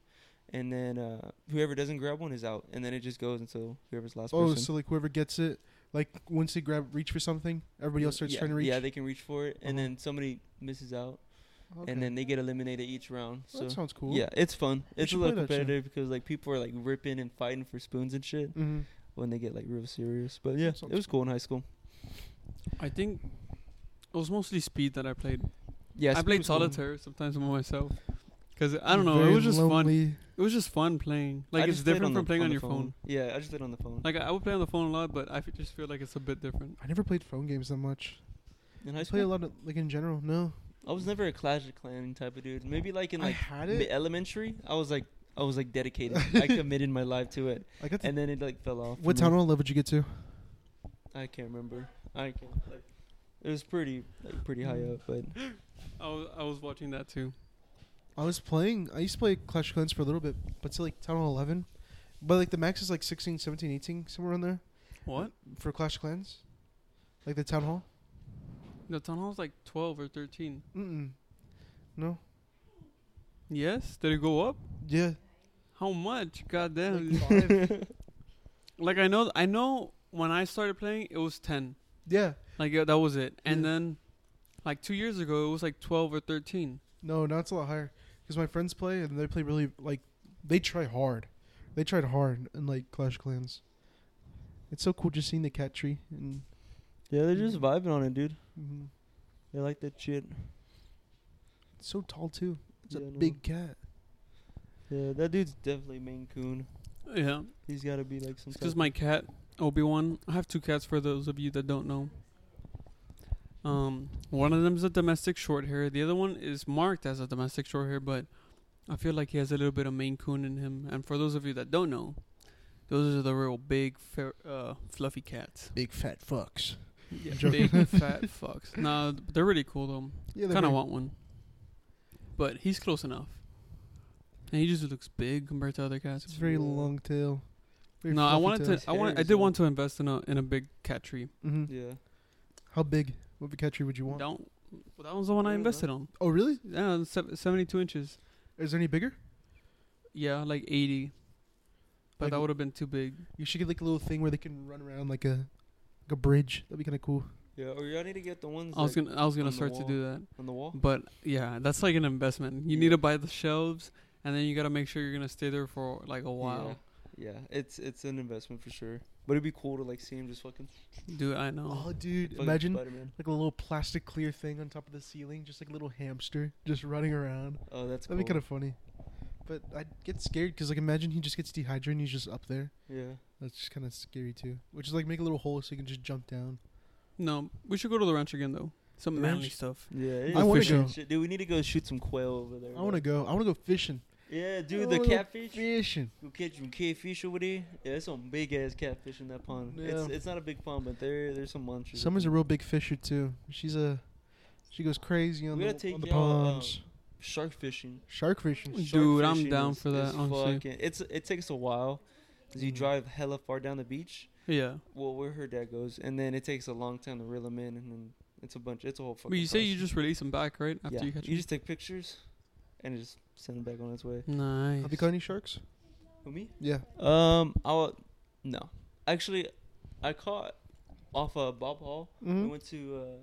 S1: and then uh whoever doesn't grab one is out, and then it just goes until whoever's last
S3: oh,
S1: person.
S3: so like whoever gets it, like once they grab reach for something, everybody else starts
S1: yeah,
S3: trying to reach.
S1: Yeah, they can reach for it, and
S3: Uh-huh.
S1: then somebody misses out,
S3: Okay.
S1: and then they get eliminated each round.
S3: Well,
S1: So
S3: that sounds cool.
S1: yeah, it's fun. It's a
S3: should
S1: little
S3: play that shit.
S1: competitive because like people are like ripping and fighting for spoons and shit
S3: Mm-hmm.
S1: when they get like real serious. But yeah,
S3: Sounds
S1: it was cool in high school.
S2: I think it was mostly Speed that I played.
S1: Yeah,
S2: I
S1: speed
S2: played
S1: was cool.
S2: solitaire sometimes by myself. Cause I don't know, it was just fun. It was just fun playing.
S1: I
S2: Like it's
S1: just played
S2: different
S1: on
S2: from
S1: the-
S2: playing
S1: on
S2: on,
S1: the
S2: your phone.
S1: Yeah, I just played on the phone.
S2: Like I, I would play on the phone a lot, but I f- just feel like it's a bit different.
S3: I never played phone games that much.
S1: in high
S3: I play a
S1: school,
S3: lot of like in general. No,
S1: I was never a Clash of Clan type of dude. Maybe like in
S3: I
S1: like
S3: had
S1: mi-
S3: it.
S1: elementary, I was like I was like dedicated. I committed my life to it,
S3: I got. The,
S1: and then it like fell off. for
S3: what
S1: me.
S3: town hall level did you get to?
S1: I can't remember. I can't. Like, it was pretty like pretty high up, but
S2: I was, I was watching that too.
S3: I was playing. I used to play Clash of Clans for a little bit, but to like town hall eleven. But like the max is like 16, 17, 18, somewhere around there
S2: What?
S3: for Clash of Clans, like the town hall.
S2: The town hall was like twelve or thirteen.
S3: Mm-mm. No.
S2: Yes? Did it go up?
S3: Yeah.
S2: How much? God damn.
S3: Like five.
S2: like I know I know when I started playing it was ten.
S3: yeah.
S2: Like yeah, that was it. And
S3: Yeah.
S2: then like 2 years ago it was like 12 or 13.
S3: No, now it's a lot higher because my friends play and they play really like they try hard. They tried hard in like Clash of Clans. It's so cool just seeing the cat tree and.
S1: yeah, they're just vibing on it, dude.
S3: mhm.
S1: They like that shit.
S3: It's so tall too. It's
S1: Yeah, I
S3: a
S1: know.
S3: big cat.
S1: Yeah, that dude's definitely Maine Coon.
S2: Yeah.
S1: He's got to be like some.
S2: It's
S1: type
S2: cuz
S1: of-
S2: my cat Obi-Wan. I have two cats for those of you that don't know. Um one of them's a domestic short hair. The other one is marked as a domestic short hair, but I feel like he has a little bit of Maine Coon in him. And for those of you that don't know, those are the real big fair, uh, fluffy cats.
S3: Big fat fucks.
S2: Yeah,
S3: Joking.
S2: big fat fucks. Nah, they're really cool though.
S3: Yeah, they're
S2: kind of
S3: very-
S2: want one, but he's close enough. And he just looks big compared to other
S3: It's
S2: cats.
S3: a very
S1: Yeah.
S3: long tail.
S2: No, I wanted to. I
S1: His
S2: wanted.
S1: hair
S2: I
S1: is
S2: did
S1: long.
S2: want to invest in a in a big cat tree,
S3: hmm
S1: Yeah.
S3: How big? What vocatchery would you want?
S2: Don't. Well, that was the one I
S1: Yeah,
S2: invested on.
S3: Oh, really?
S2: Yeah, it's sev- 72 inches.
S3: Is there any bigger?
S2: Yeah, like 80. But
S3: Like-
S2: that would have been too big.
S3: You should get like a little thing where they can run around like a like a bridge. That'd be kind of cool.
S1: Yeah, or y'all need to get the ones
S2: I was
S1: like,
S2: gonna I was
S1: on
S2: gonna
S1: the
S2: start to
S1: wall.
S2: do that.
S1: on the wall.
S2: But yeah, that's like an investment. You need
S1: Yeah.
S2: to buy the shelves, and then you gotta make sure you're gonna stay there for like a while.
S1: Yeah. yeah, it's it's an investment for sure. But it'd be cool to like see him just fucking.
S2: Dude, I know.
S3: Oh, dude,
S1: fucking
S3: imagine
S1: Spider-Man.
S3: like a little plastic clear thing on top of the ceiling, just like a little hamster just running around.
S1: Oh, that's
S3: That'd be kind of funny. But I'd get scared because like imagine he just gets dehydrated and he's just up there.
S1: yeah.
S3: That's just kind of scary too. Which is like make a little hole so you can just jump down.
S2: No, we should go to the ranch again though. Some
S3: The
S2: manly
S3: ranch?
S2: stuff.
S1: Yeah, it
S3: I
S1: is
S3: wanna
S1: fishing
S3: go.
S1: shit. Dude, we need to go shoot some quail over there.
S3: I want to
S1: to.
S3: go. I want to go fishing.
S1: Yeah,
S3: I
S1: dude, the
S3: wanna go
S1: catfish.
S3: Fishing.
S1: Go catch some catfish over there. Yeah, there's some big ass catfish in that pond. It's
S3: Yeah.
S1: it's not a big pond, but there there's some monsters. in
S3: Summer's a
S1: there.
S3: real big fisher too. She's a she goes crazy on
S1: We
S3: the
S1: gotta take
S3: on the
S1: y'all, uh,
S3: ponds.
S1: shark fishing.
S3: Shark fishing.
S2: Dude,
S1: Shark
S2: I'm
S1: fishing
S2: down
S1: is-
S2: for that,
S1: is
S2: honestly.
S1: fucking- it's it takes a while, 'cause you
S3: Mm.
S1: drive hella far down the beach.
S2: Yeah.
S1: Well, where her dad goes, and then it takes a long time to reel them in, and then it's a bunch. It's a whole fucking.
S2: But you say you
S1: process.
S2: just release them back, right? After
S1: yeah.
S2: you catch 'em?
S1: just take pictures, and just send them back on its way.
S2: Nice.
S3: Have you caught any sharks?
S1: Who me?
S3: Yeah.
S1: Um, I wa- no, actually, I caught off of Bob Hall. We
S3: Mm-hmm.
S1: went to uh,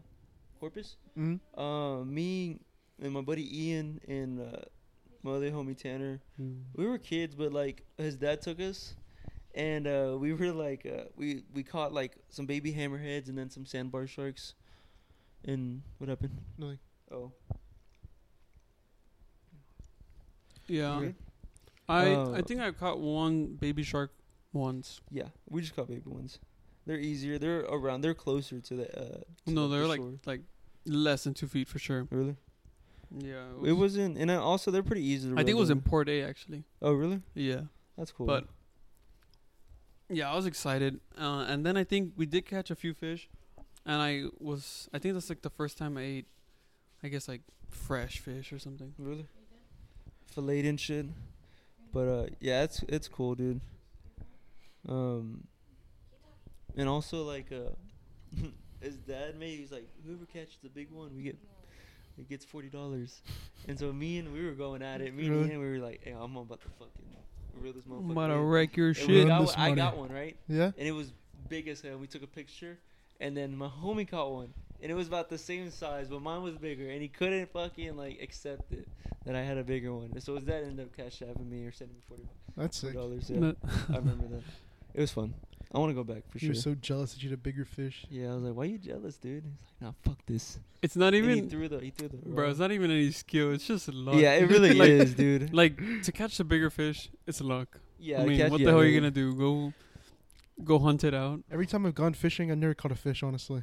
S1: Corpus.
S3: Mm-hmm.
S1: Uh, me and my buddy Ian and uh, my other homie Tanner. We were kids, but like his dad took us, and uh, we were like uh, we we caught like some baby hammerheads and then some sandbar sharks. And what happened?
S3: Nothing.
S1: Oh,
S2: yeah.
S1: you good?
S2: I I
S1: Uh,
S2: think I caught one baby shark once.
S1: yeah. We just caught baby ones. They're easier. They're around. They're closer to the. Uh, to
S2: no,
S1: the
S2: they're like
S1: shore.
S2: like less than two feet for sure.
S1: really.
S2: Yeah.
S1: It wasn't, and I also they're pretty easy to.
S2: I think it was in
S1: remember.
S2: Port A actually.
S1: Oh, really?
S2: Yeah.
S1: That's cool.
S2: But yeah, I was excited, uh, and then I think we did catch a few fish, and I was I think that's like the first time I ate, I guess like fresh fish or something.
S1: really, filleted and shit. But uh, yeah, it's it's cool, dude. Um, and also like uh, his dad made he was like, whoever catches the big one, we get. It gets forty dollars, and so me and we were going at it. Me and
S3: Really?
S1: Ian, we were like, "Hey, I'm about to fucking reel this
S2: I'm
S1: motherfucker."
S2: about to
S1: in."
S2: wreck your
S1: And we
S2: shit.
S3: Run
S1: got
S3: this
S1: one- I
S3: money.
S1: got one right.
S3: Yeah.
S1: and it was big as hell. We took a picture, and then my homie caught one, and it was about the same size, but mine was bigger, and he couldn't fucking like accept it that I had a bigger one. And so his dad ended up cash apping me or sending me forty
S3: That's sick.
S1: dollars. Yeah,
S2: No-
S1: I remember that. It was fun. I want to go back for
S3: You
S1: sure.
S3: were so jealous that you had a bigger fish.
S1: yeah, I was like, "Why you jealous, dude?" He's like, "Nah, fuck this."
S2: It's not
S1: And he
S2: even,
S1: threw the he threw the
S2: bro.
S1: raw.
S2: It's not even any skill. It's just luck.
S1: yeah, it really
S2: like,
S1: is, dude.
S2: Like to catch the bigger fish, it's luck.
S1: yeah,
S2: I mean,
S1: catch-
S2: what
S1: yeah,
S2: the hell are
S1: really.
S2: you gonna do? Go, go hunt it out.
S3: Every time I've gone fishing, I've never caught a fish. Honestly,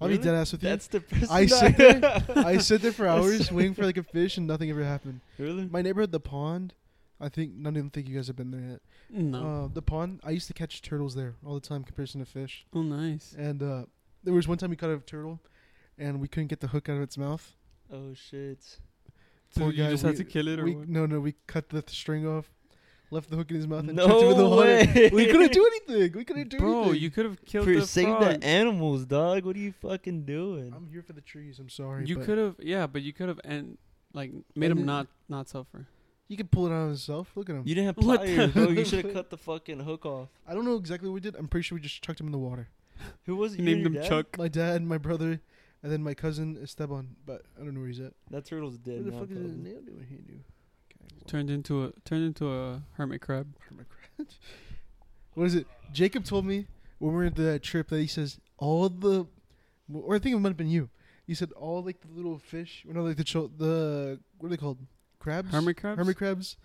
S3: I'll be
S1: Really?
S3: dead ass with
S1: That's depressing.
S3: I sit there- you. I sit there for hours waiting for like a fish, and nothing ever happened.
S1: really?
S3: My neighborhood, the pond. I think none of them think you guys have been there yet.
S2: No.
S3: Uh, the pond. I used to catch turtles there all the time, comparison to fish.
S2: oh, nice.
S3: And uh, there was one time we caught a turtle, and we couldn't get the hook out of its mouth.
S1: oh shit.
S2: So
S3: poor
S2: you
S3: guy,
S2: just had
S3: we-
S2: to kill it, or
S3: We,
S2: what?
S3: no, no, we cut the string off, left the hook in his mouth, and chucked it in the
S1: No
S3: water.
S1: way.
S3: We couldn't do anything. We couldn't do
S2: bro,
S3: anything.
S2: you could have killed
S1: For
S2: the
S1: save
S2: frog.
S1: the animals, dog. What are you fucking doing?
S3: I'm here for the trees. I'm sorry.
S2: You
S3: but
S2: could have, yeah, but you could have and like made him
S3: Ended-
S2: not not suffer.
S3: You could pull it out himself. Look at him.
S1: You didn't have
S2: What
S1: pliers,
S2: the-
S1: bro. You should have cut the fucking hook off.
S3: I don't know exactly what we did. I'm pretty sure we just chucked him in the water.
S1: Who was it?
S2: You
S1: You or
S2: named
S1: your dad?
S2: him Chuck.
S3: My dad, my brother, and then my cousin Esteban. But I don't know where he's at.
S1: That turtle's dead.
S3: what the
S1: now,
S3: fuck is his
S1: probably.
S3: nail doing here, dude? Okay, well,
S2: Turned into a turned into a hermit crab.
S3: hermit crab. what is it? Jacob told me when we were at that trip that he says all the, or I think it might have been you. You said all like the little fish, or no, like the cho- the what are they called? Crabs.
S2: Hermit crabs.
S3: Hermit crabs.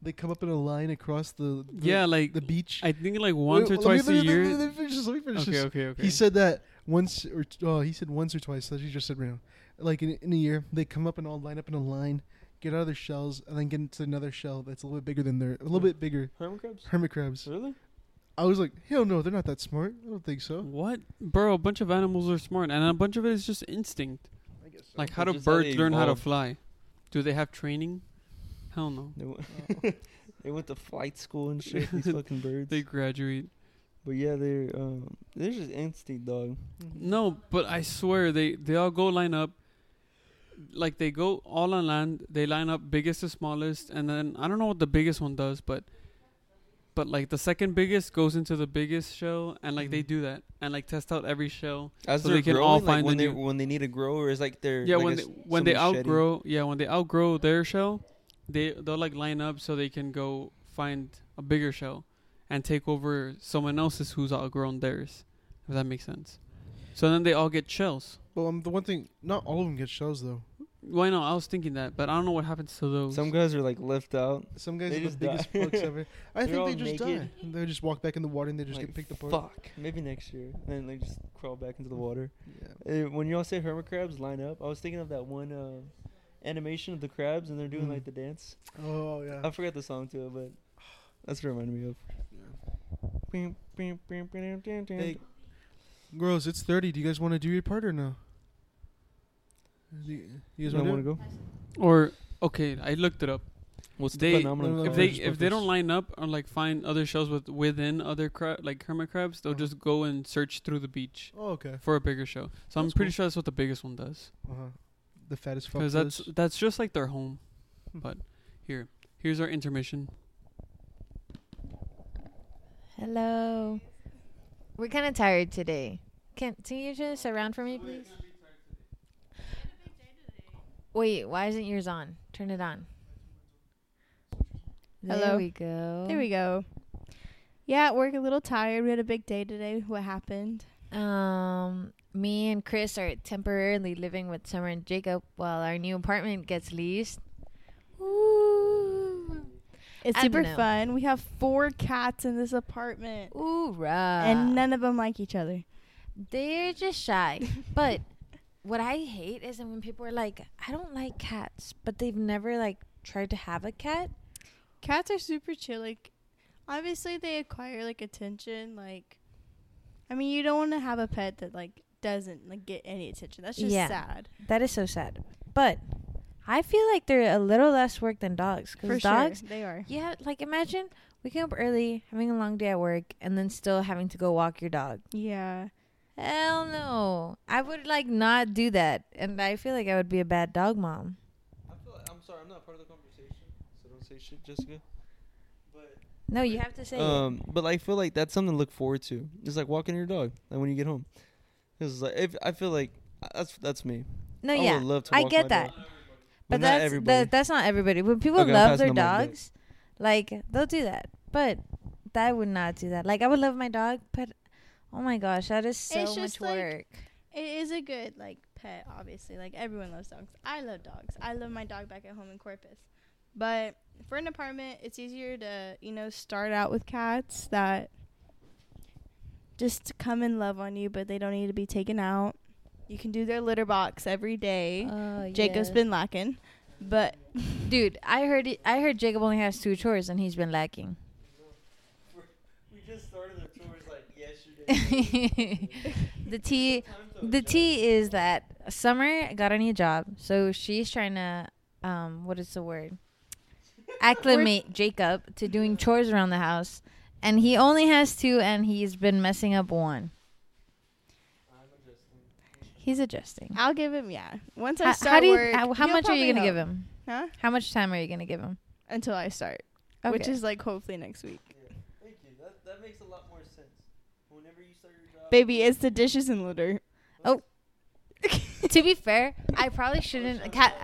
S3: They come up in a line across the, the
S2: Yeah, like
S3: the beach.
S2: I think like once
S3: Wait,
S2: or
S3: let me-
S2: twice a
S3: let me- let me-
S2: year.
S3: let me finish this, let me finish
S2: Okay,
S3: this.
S2: okay, okay.
S3: He said that once or t- oh, he said once or twice. That's what you just said right now. Like in, in a year, they come up and all line up in a line, get out of their shells, and then get into another shell that's a little bit bigger than their a little
S2: Hmm.
S3: bit bigger
S1: Hermit crabs?
S3: hermit crabs.
S1: Really?
S3: I was like, hell no, they're not that smart. I don't think so.
S2: "What, bro? A bunch of animals are smart, and a bunch of it is just instinct.
S3: I guess so.
S2: Like, how
S1: It's
S2: do
S1: just how they
S2: birds learn how to
S1: evolved.
S2: fly? Do they have training? Hell no.
S1: Oh. They went, they went to flight school and shit. These fucking birds.
S2: They graduate.
S1: But yeah, they're um, they're just instinct, dog.
S2: No, but I swear they they all go line up. Like they go all on land, they line up biggest to smallest, and then I don't know what the biggest one does, but but like the second biggest goes into the biggest shell, and like they
S1: Mhm.
S2: do that, and like test out every shell.
S1: As
S2: So
S1: they're
S2: they can
S1: growing,
S2: all
S1: like
S2: find
S1: when
S2: the
S1: they
S2: new-
S1: when they need to grow, or it's like they're
S2: Yeah,
S1: like
S2: when
S1: a
S2: they,
S1: s-
S2: when they
S1: someone's shedding.
S2: outgrow, yeah, when they outgrow their shell, they they'll like line up so they can go find a bigger shell, and take over someone else's who's outgrown theirs. If that makes sense. So then they all get shells.
S3: Well, um, the one thing, not all of them get shells though.
S2: Why not? I was thinking that, but I don't know what happens to those.
S1: Some guys are like left out.
S3: Some guys
S1: They
S3: are the
S1: just die.
S3: biggest fucks ever.
S1: They're
S3: I think they
S1: all
S3: just die.
S1: naked.
S3: They just walk back in the water and they just
S1: like,
S3: get picked apart.
S1: Fuck. Maybe next year, and they just crawl back into the water.
S3: Yeah.
S1: Uh, when y'all say hermit crabs line up, I was thinking of that one uh, animation of the crabs, and they're doing
S4: Mm-hmm.
S1: like
S3: Mhm.
S1: the dance.
S3: Oh yeah.
S1: I forgot the song too, but that's what it reminded me of.
S3: Hey, girls, it's thirty. Do you guys want to do your part or no? Do you, you guys
S1: don't
S3: want to
S1: want to go?
S2: Or okay, I looked it up.
S1: What's
S2: They-
S1: the phenomenon? of
S3: if
S2: If
S3: Oh,
S2: they
S1: crabs?
S3: just
S2: if they don't
S3: purpose.
S2: line up or like find other shells with within other crab like hermit crabs, they'll
S3: Uh-huh.
S2: just go and search through the beach
S3: Oh okay.
S2: for a bigger shell. So I'm
S3: That's
S2: pretty
S3: cool.
S2: sure that's what the biggest one does,
S3: Uh
S1: Uh-huh.
S3: huh. The fattest fuck.
S2: because that's
S3: lives.
S2: that's just like their home.
S3: Hmm.
S2: But here, here's our intermission.
S4: Hello. We're kind of tired today. Can can you turn this around for me, please? Wait, why isn't yours on? Turn it on. There
S5: Hello.
S4: we go.
S5: There we go. Yeah, at work a little tired. We had a big day today. What happened?
S4: go. Um, me and Chris are temporarily living with Summer and Jacob while our new apartment gets leased. Ooh,
S5: It's
S4: I
S5: super
S4: dunno.
S5: fun. We have four cats in this apartment,
S4: ooh, rah.
S5: and none of them like each other.
S4: They're just shy. But what I hate is when people are like, I don't like cats, but they've never like tried to have a cat.
S5: Cats are super chill. Like, obviously they acquire like attention. Like, I mean, you don't want to have a pet that like doesn't like get any attention. That's just
S4: Yeah.
S5: sad.
S4: That is so sad. But I feel like they're a little less work than dogs.
S5: For
S4: Because dogs,
S5: sure, they are.
S4: yeah, like imagine waking up early, having a long day at work, and then still having to go walk your dog.
S5: Yeah,
S4: Hell no. I would like not do that. And I feel like I would be a bad dog mom.
S1: I feel like- I'm sorry, I'm not part of the conversation, so don't say shit, Jessica.
S4: No, you have to say it.
S1: Um, but I feel like that's something to look forward to. It's like walking your dog, like when you get home. It's like if I feel like that's that's me.
S4: No,
S1: I would
S4: yeah.
S1: love to
S4: I
S1: walk
S4: get
S1: my
S4: that.
S1: dog.
S4: But
S1: not
S4: that's
S1: everybody.
S4: that, that's not everybody. When people
S1: Okay, I'm
S4: love
S1: passing the
S4: their
S1: mic back.
S4: dogs, like they'll do that. But I would not do that. Like I would love my dog, but oh my gosh, that is so
S5: It's
S4: much
S5: just, like,
S4: work.
S5: it is a good like pet. Obviously, like everyone loves dogs. I love dogs. I love my dog back at home in Corpus. But for an apartment, it's easier to you know start out with cats that just come and love on you, but they don't need to be taken out. You can do their litter box every day.
S4: Oh,
S5: Jacob's been lacking, but
S4: dude. I heard it, I heard Jacob only has two chores and he's been lacking.
S1: We just started the tours like yesterday.
S4: the tea, the tea is that Summer got a new job, so she's trying to um, what is the word? Acclimate Jacob to doing chores around the house, and he only has two, and he's been messing up one. He's adjusting.
S5: I'll give him yeah. Once I
S4: How,
S5: start
S4: how do you,
S5: work,
S4: how, how
S5: he'll
S4: much are
S5: probably
S4: you gonna give
S5: help.
S4: him?
S5: Huh?
S4: How much time are you gonna give him?
S5: Until I start,
S4: Okay.
S5: which is like hopefully next week.
S1: Thank you. That that makes a lot more sense. Whenever you start your job,
S5: Baby, it's the dishes and litter.
S4: to be fair, I probably shouldn't. Ca-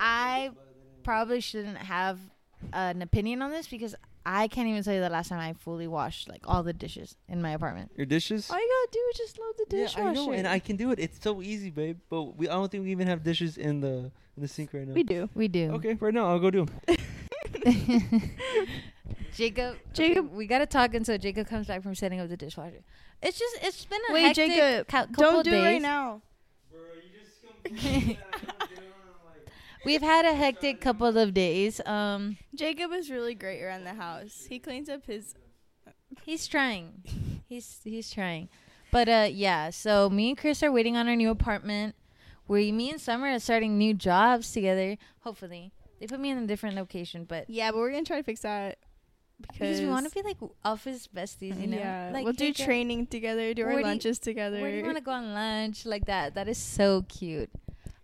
S4: I probably shouldn't have an opinion on this because I can't even tell you the last time I fully washed like all the dishes in my apartment.
S1: your dishes.
S5: All you gotta do is just load the dishwasher.
S1: Yeah, I know, and I can do it. It's so easy, babe. But we, I don't think we even have dishes in the in the sink right now.
S5: we do.
S4: We do.
S1: Okay, right now I'll go do them.
S4: Jacob,
S5: Jacob-
S4: okay, we gotta talk until Jacob comes back from setting up the dishwasher. It's just, it's been a
S5: Wait,
S4: hectic
S5: Jacob,
S4: cou- couple
S5: don't do
S4: days.
S5: it right now.
S1: Bro, you just
S4: We've had a hectic couple of days. Um,
S5: Jacob is really great around the house. He cleans up his.
S4: he's trying, he's he's trying, but uh, yeah. So me and Chris are waiting on our new apartment. We, me and Summer, are starting new jobs together. Hopefully, they put me in a different location, but
S5: Yeah, but we're gonna try to fix that because,
S4: Because we want to be like office besties, you know.
S5: yeah,
S4: like
S5: we'll
S4: hey,
S5: do
S4: girl,
S5: training together, do
S4: where
S5: our
S4: do you-
S5: lunches together.
S4: Where do you want to go on lunch? Like that. That is so cute.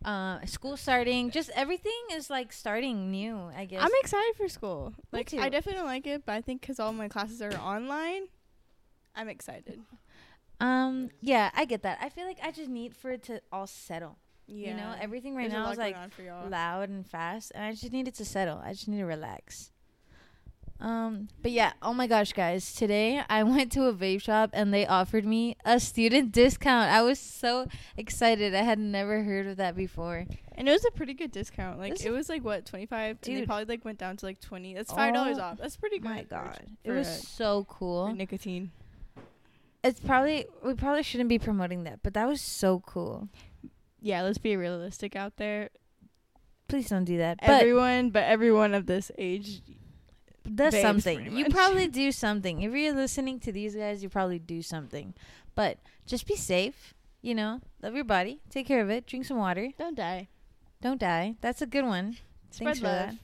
S4: Uh, school starting, just everything is like starting new. I guess.
S5: I'm excited for school. Like
S4: too.
S5: I definitely don't like it, but I think because all my classes are online, I'm excited.
S4: um. Yeah, I get that. I feel like I just need for it to all settle.
S5: Yeah,
S4: You know, everything right
S5: There's a
S4: now
S5: lot
S4: is
S5: going
S4: like
S5: on for y'all.
S4: loud and fast, and I just need it to settle. I just need to relax. Um, but yeah, oh my gosh, guys! Today I went to a vape shop and they offered me a student discount. I was so excited. I had never heard of that before.
S5: and it was a pretty good discount. Like
S4: This
S5: it was like what 25, and
S4: Dude.
S5: they probably like went down to like 20. That's five dollars
S4: Oh
S5: off. That's pretty good.
S4: my
S5: for-
S4: god, it
S5: for
S4: was
S5: a-
S4: so
S5: for
S4: cool.
S5: nicotine.
S4: It's probably we probably shouldn't be promoting that, but that was so cool.
S5: Yeah, let's be realistic out there.
S4: Please don't do that. But
S5: everyone, but everyone of this age.
S4: does
S5: babes,
S4: something.
S5: pretty
S4: You
S5: much.
S4: probably do something. If you're listening to these guys, you probably do something. But just be safe. You know, love your body. Take care of it. Drink some water.
S5: Don't die.
S4: Don't die. That's a good one. Thanks
S5: Spread
S4: for
S5: love.
S4: that.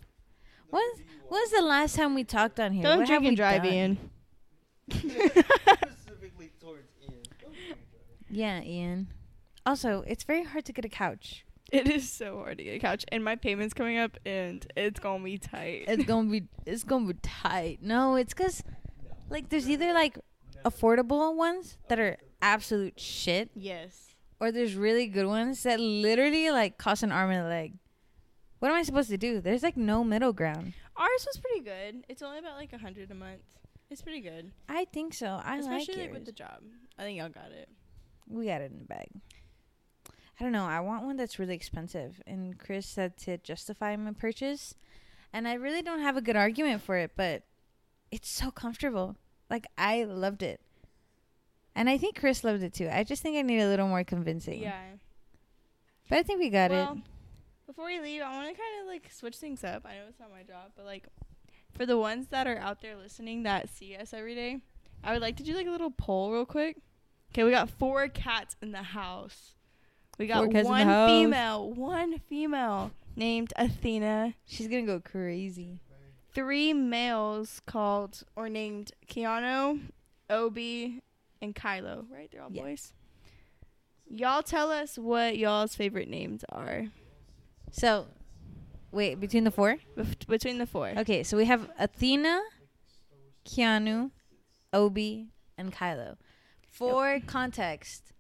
S4: When's, when's the last time we talked on here?
S5: Don't
S4: What have
S5: drink and
S4: we
S5: drive,
S4: done?
S5: Ian.
S1: Specifically towards Ian.
S4: Yeah, Ian. Also, it's very hard to get a couch.
S5: It is so hard to get a couch, and my payment's coming up, and it's gonna be tight.
S4: It's gonna be it's gonna be tight. No, it's cause like there's either like affordable ones that are absolute shit,
S5: yes.
S4: or there's really good ones that literally like cost an arm and a leg. What am I supposed to do? There's like no middle ground.
S5: Ours was pretty good. It's only about like a hundred a month. It's pretty good,
S4: I think so. I
S5: especially
S4: like,
S5: like, with the
S4: yours.
S5: job. I think y'all got it.
S4: We got it in the bag. I don't know. I want one that's really expensive. And Chris said to justify my purchase. And I really don't have a good argument for it, but it's so comfortable. Like, I loved it. And I think Chris loved it too. I just think I need a little more convincing.
S5: Yeah.
S4: But I think we got
S5: well,
S4: it.
S5: before we leave, I want to kind of like switch things up. I know it's not my job, but like for the ones that are out there listening that see us every day, I would like to do like a little poll real quick. Okay, we got four cats in the house. We
S4: Four
S5: got
S4: cats in the
S5: one
S4: house.
S5: female, one female named Athena,
S4: She's going to go crazy.
S5: three males called or named Keanu, Obi, and Kylo. Right? They're all
S4: Yeah.
S5: boys. Y'all tell us what y'all's favorite names are
S4: So, wait, between the four?
S5: bef- between the four.
S4: Okay, so we have Athena, Keanu, Obi, and Kylo. For context,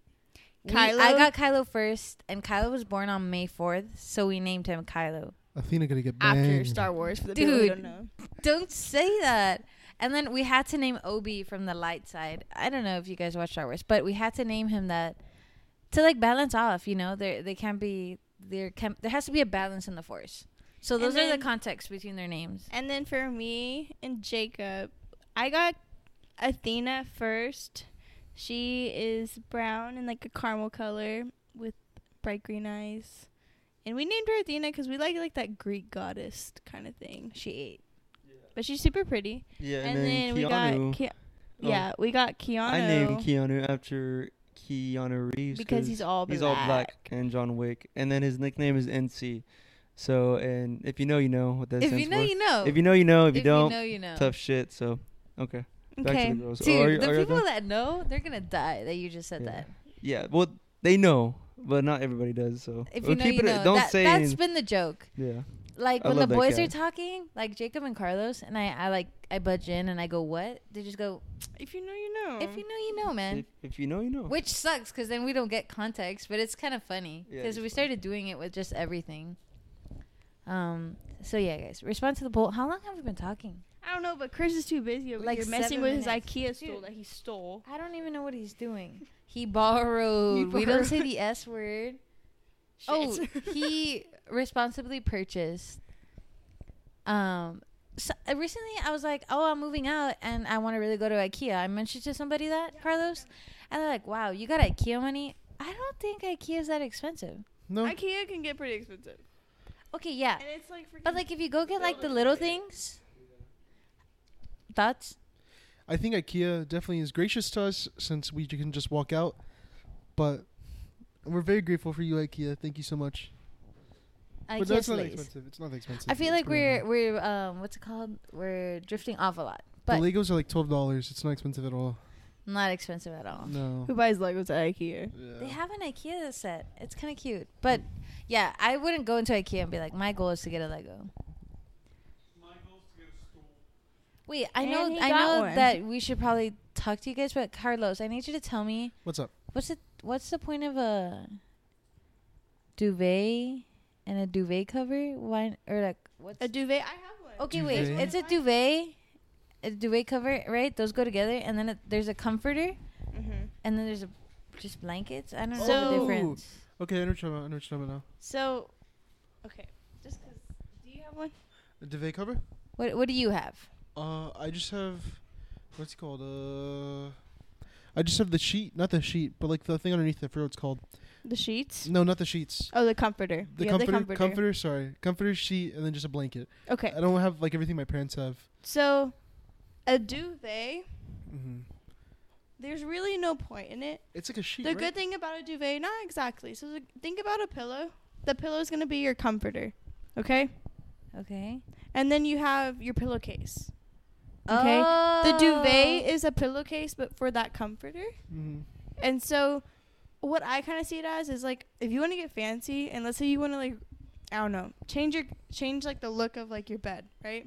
S4: we- I
S5: Kylo?
S4: got Kylo first, and Kylo was born on May 4th, so we named him Kylo.
S3: Athena gonna get banged.
S5: after Star Wars for the people who
S4: Dude.
S5: don't know.
S4: Don't say that. And then we had to name Obi from the light side. I don't know if you guys watch Star Wars, but we had to name him that to like balance off. You know, there they can't be there. Can there has to be a balance in the Force. So
S5: And
S4: those are
S5: then-
S4: the contexts between their names.
S5: And then for me and Jacob, I got Athena first. She is brown and like a caramel color with bright green eyes. And we named her Athena because we like like that Greek goddess kind of thing.
S4: She ate.
S5: But she's super pretty.
S1: Yeah,
S5: And, then, we got
S1: Keanu. Oh.
S5: Ke- yeah, we got Keanu.
S1: I named Keanu after Keanu Reeves
S5: because he's all black.
S1: he's all black and John Wick, and then his nickname is NC. So, and if you know, you know what that
S4: If
S1: stands
S4: you know,
S1: for.
S4: you know.
S1: If you know, you know. If,
S4: If
S1: you don't,
S4: know, you know.
S1: tough shit. So, okay. Back
S5: Okay.
S1: to the girls. Oh,
S4: Dude,
S1: are you-
S4: the
S1: are you
S4: people
S1: done?
S4: that know, they're gonna die that you just said
S1: Yeah.
S4: that.
S1: yeah, well, they know, but not everybody does. So,
S4: If you
S1: Well,
S4: know,
S1: keep
S4: you
S1: it.
S4: know.
S1: Don't
S4: that,
S1: say.
S4: that's
S1: any-
S4: been the joke.
S1: yeah.
S4: Like
S1: I
S4: when the
S1: love that
S4: boys
S1: guy.
S4: are talking, like Jacob and Carlos, and I, I like I budge in and I go, "What?" They just go,
S5: If you know, you know.
S4: "If you know, you know, man."
S1: Mm. If, if you know, you know.
S4: Which sucks because then we don't get context, but it's kind of funny
S1: Yeah,
S4: because
S1: it's
S4: we
S1: funny.
S4: started doing it with just everything. Um. So yeah, guys, respond to the poll. How long have we been talking?
S5: I don't know, but Chris is too busy over
S4: Like
S5: here messing
S4: seven
S5: with
S4: minutes.
S5: his IKEA
S4: Dude.
S5: stool that he stole.
S4: I don't even know what he's doing. He borrowed. We don't say the S word. Oh,
S5: Shit.
S4: he responsibly purchased. Um, so uh, recently I was like, "Oh, I'm moving out and I want to really go to IKEA." I mentioned to somebody that Carlos, and they're like, "Wow, you got IKEA money?" I don't think IKEA is that expensive.
S3: No,
S5: IKEA can get pretty expensive.
S4: Okay, yeah,
S5: And it's like freaking
S4: Uh, but like if you go get like the little things, thoughts?
S3: I think IKEA definitely is gracious to us since we can just walk out. But we're very grateful for you, IKEA. Thank you so much.
S4: IKEA
S3: but that's not
S4: slays.
S3: expensive. It's not expensive.
S4: I feel
S3: It's
S4: like
S3: pretty
S4: we're we're um what's it called? We're drifting off a lot But
S3: the Legos are like twelve dollars. It's not expensive at all.
S4: not expensive at all.
S3: No.
S5: Who buys Legos at IKEA?
S4: They have an IKEA set. It's kind of cute. But yeah, I wouldn't go into IKEA and be like, my goal is to get a Lego. Wait, I
S5: And
S4: know,
S5: he
S4: I
S5: got
S4: know
S5: one.
S4: that we should probably talk to you guys, but Carlos, I need you to tell me
S3: What's up?
S4: what's it, what's the point of a duvet and a duvet cover? Why or like what's
S5: A duvet? I have one.
S4: Okay, wait.
S3: Duvet.
S4: It's a duvet, a duvet cover, right? Those go together, and then it, there's a comforter,
S5: Mm-hmm.
S4: and then there's a just blankets. I don't know the
S5: So-
S4: difference.
S3: Okay, I know what you're talking about. I know what you're talking about
S5: So, okay. Just because. Do you have one?
S3: now. A duvet cover?
S4: What What do you have?
S3: Uh, I just have, what's it called? Uh, I just have the sheet, not the sheet, but like the thing underneath. it. I forgot what it's called.
S5: The sheets?
S3: No, not the sheets.
S5: Oh, the comforter.
S3: The,
S5: You have
S3: comforter, comforter, uh, Sorry, comforter sheet, and then just a blanket.
S5: Okay.
S3: I don't have like everything my parents have.
S5: So, a duvet.
S3: Mm-hmm.
S5: There's really no point in it.
S3: It's like a sheet.
S5: The
S3: right?
S5: good thing about a duvet, not exactly. So the- think about a pillow. The pillow is gonna be your comforter, okay?
S4: Okay.
S5: And then you have your pillowcase. Okay. The duvet
S4: Oh.
S5: is a pillowcase, but for that comforter.
S3: Mm-hmm.
S5: And so, what I kind of see it as is like if you want to get fancy, and let's say you want to like, I don't know, change your change like the look of like your bed, right?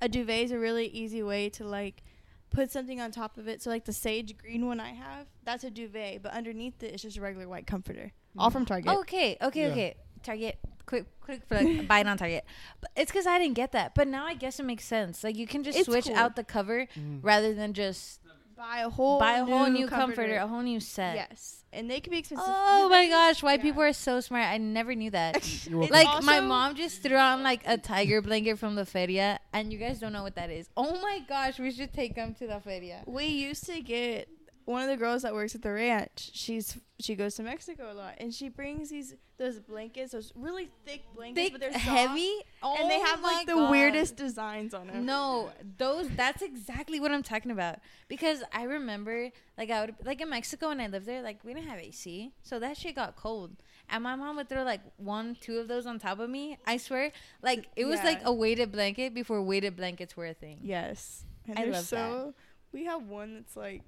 S5: A duvet is a really easy way to like put something on top of it. So like the sage green one I have, that's a duvet, but underneath it, it's just a regular white comforter, all
S4: Mm.
S5: from Target.
S4: Okay. Okay.
S3: Yeah.
S4: Okay. Target. Quick. Quick. Plug. buy it on Target. But it's because I didn't get that. But now I guess it makes sense. Like you can just
S5: It's
S4: switch
S5: cool.
S4: out the cover
S3: Mhm.
S4: rather than just
S5: Buy a whole
S4: buy a whole new comforter, a whole new set.
S5: Yes, and they can be expensive.
S4: Oh my gosh, white
S5: Yeah.
S4: people are so smart. I never knew that.
S3: You're welcome.
S4: like my
S5: also-
S4: mom just threw on like a tiger blanket from the feria, and you guys don't know what that is. Oh my gosh, we should take them to the feria.
S5: We used to get one of the girls that works at the ranch. She's she goes to Mexico a lot, and she brings these those blankets, those really thick blankets,
S4: They
S5: but they're soft,
S4: heavy,
S5: and they
S4: Oh
S5: have like
S4: my
S5: the
S4: God.
S5: weirdest designs on them.
S4: No, those. That's exactly what I'm talking about. Because I remember, like I would, like in Mexico when I lived there, like we didn't have AC, so that shit got cold. And my mom would throw like one, two of those on top of me. I swear, like it was
S5: Yeah.
S4: like a weighted blanket before weighted blankets were a thing.
S5: Yes, and
S4: I
S5: they're
S4: love
S5: so. We have one that's like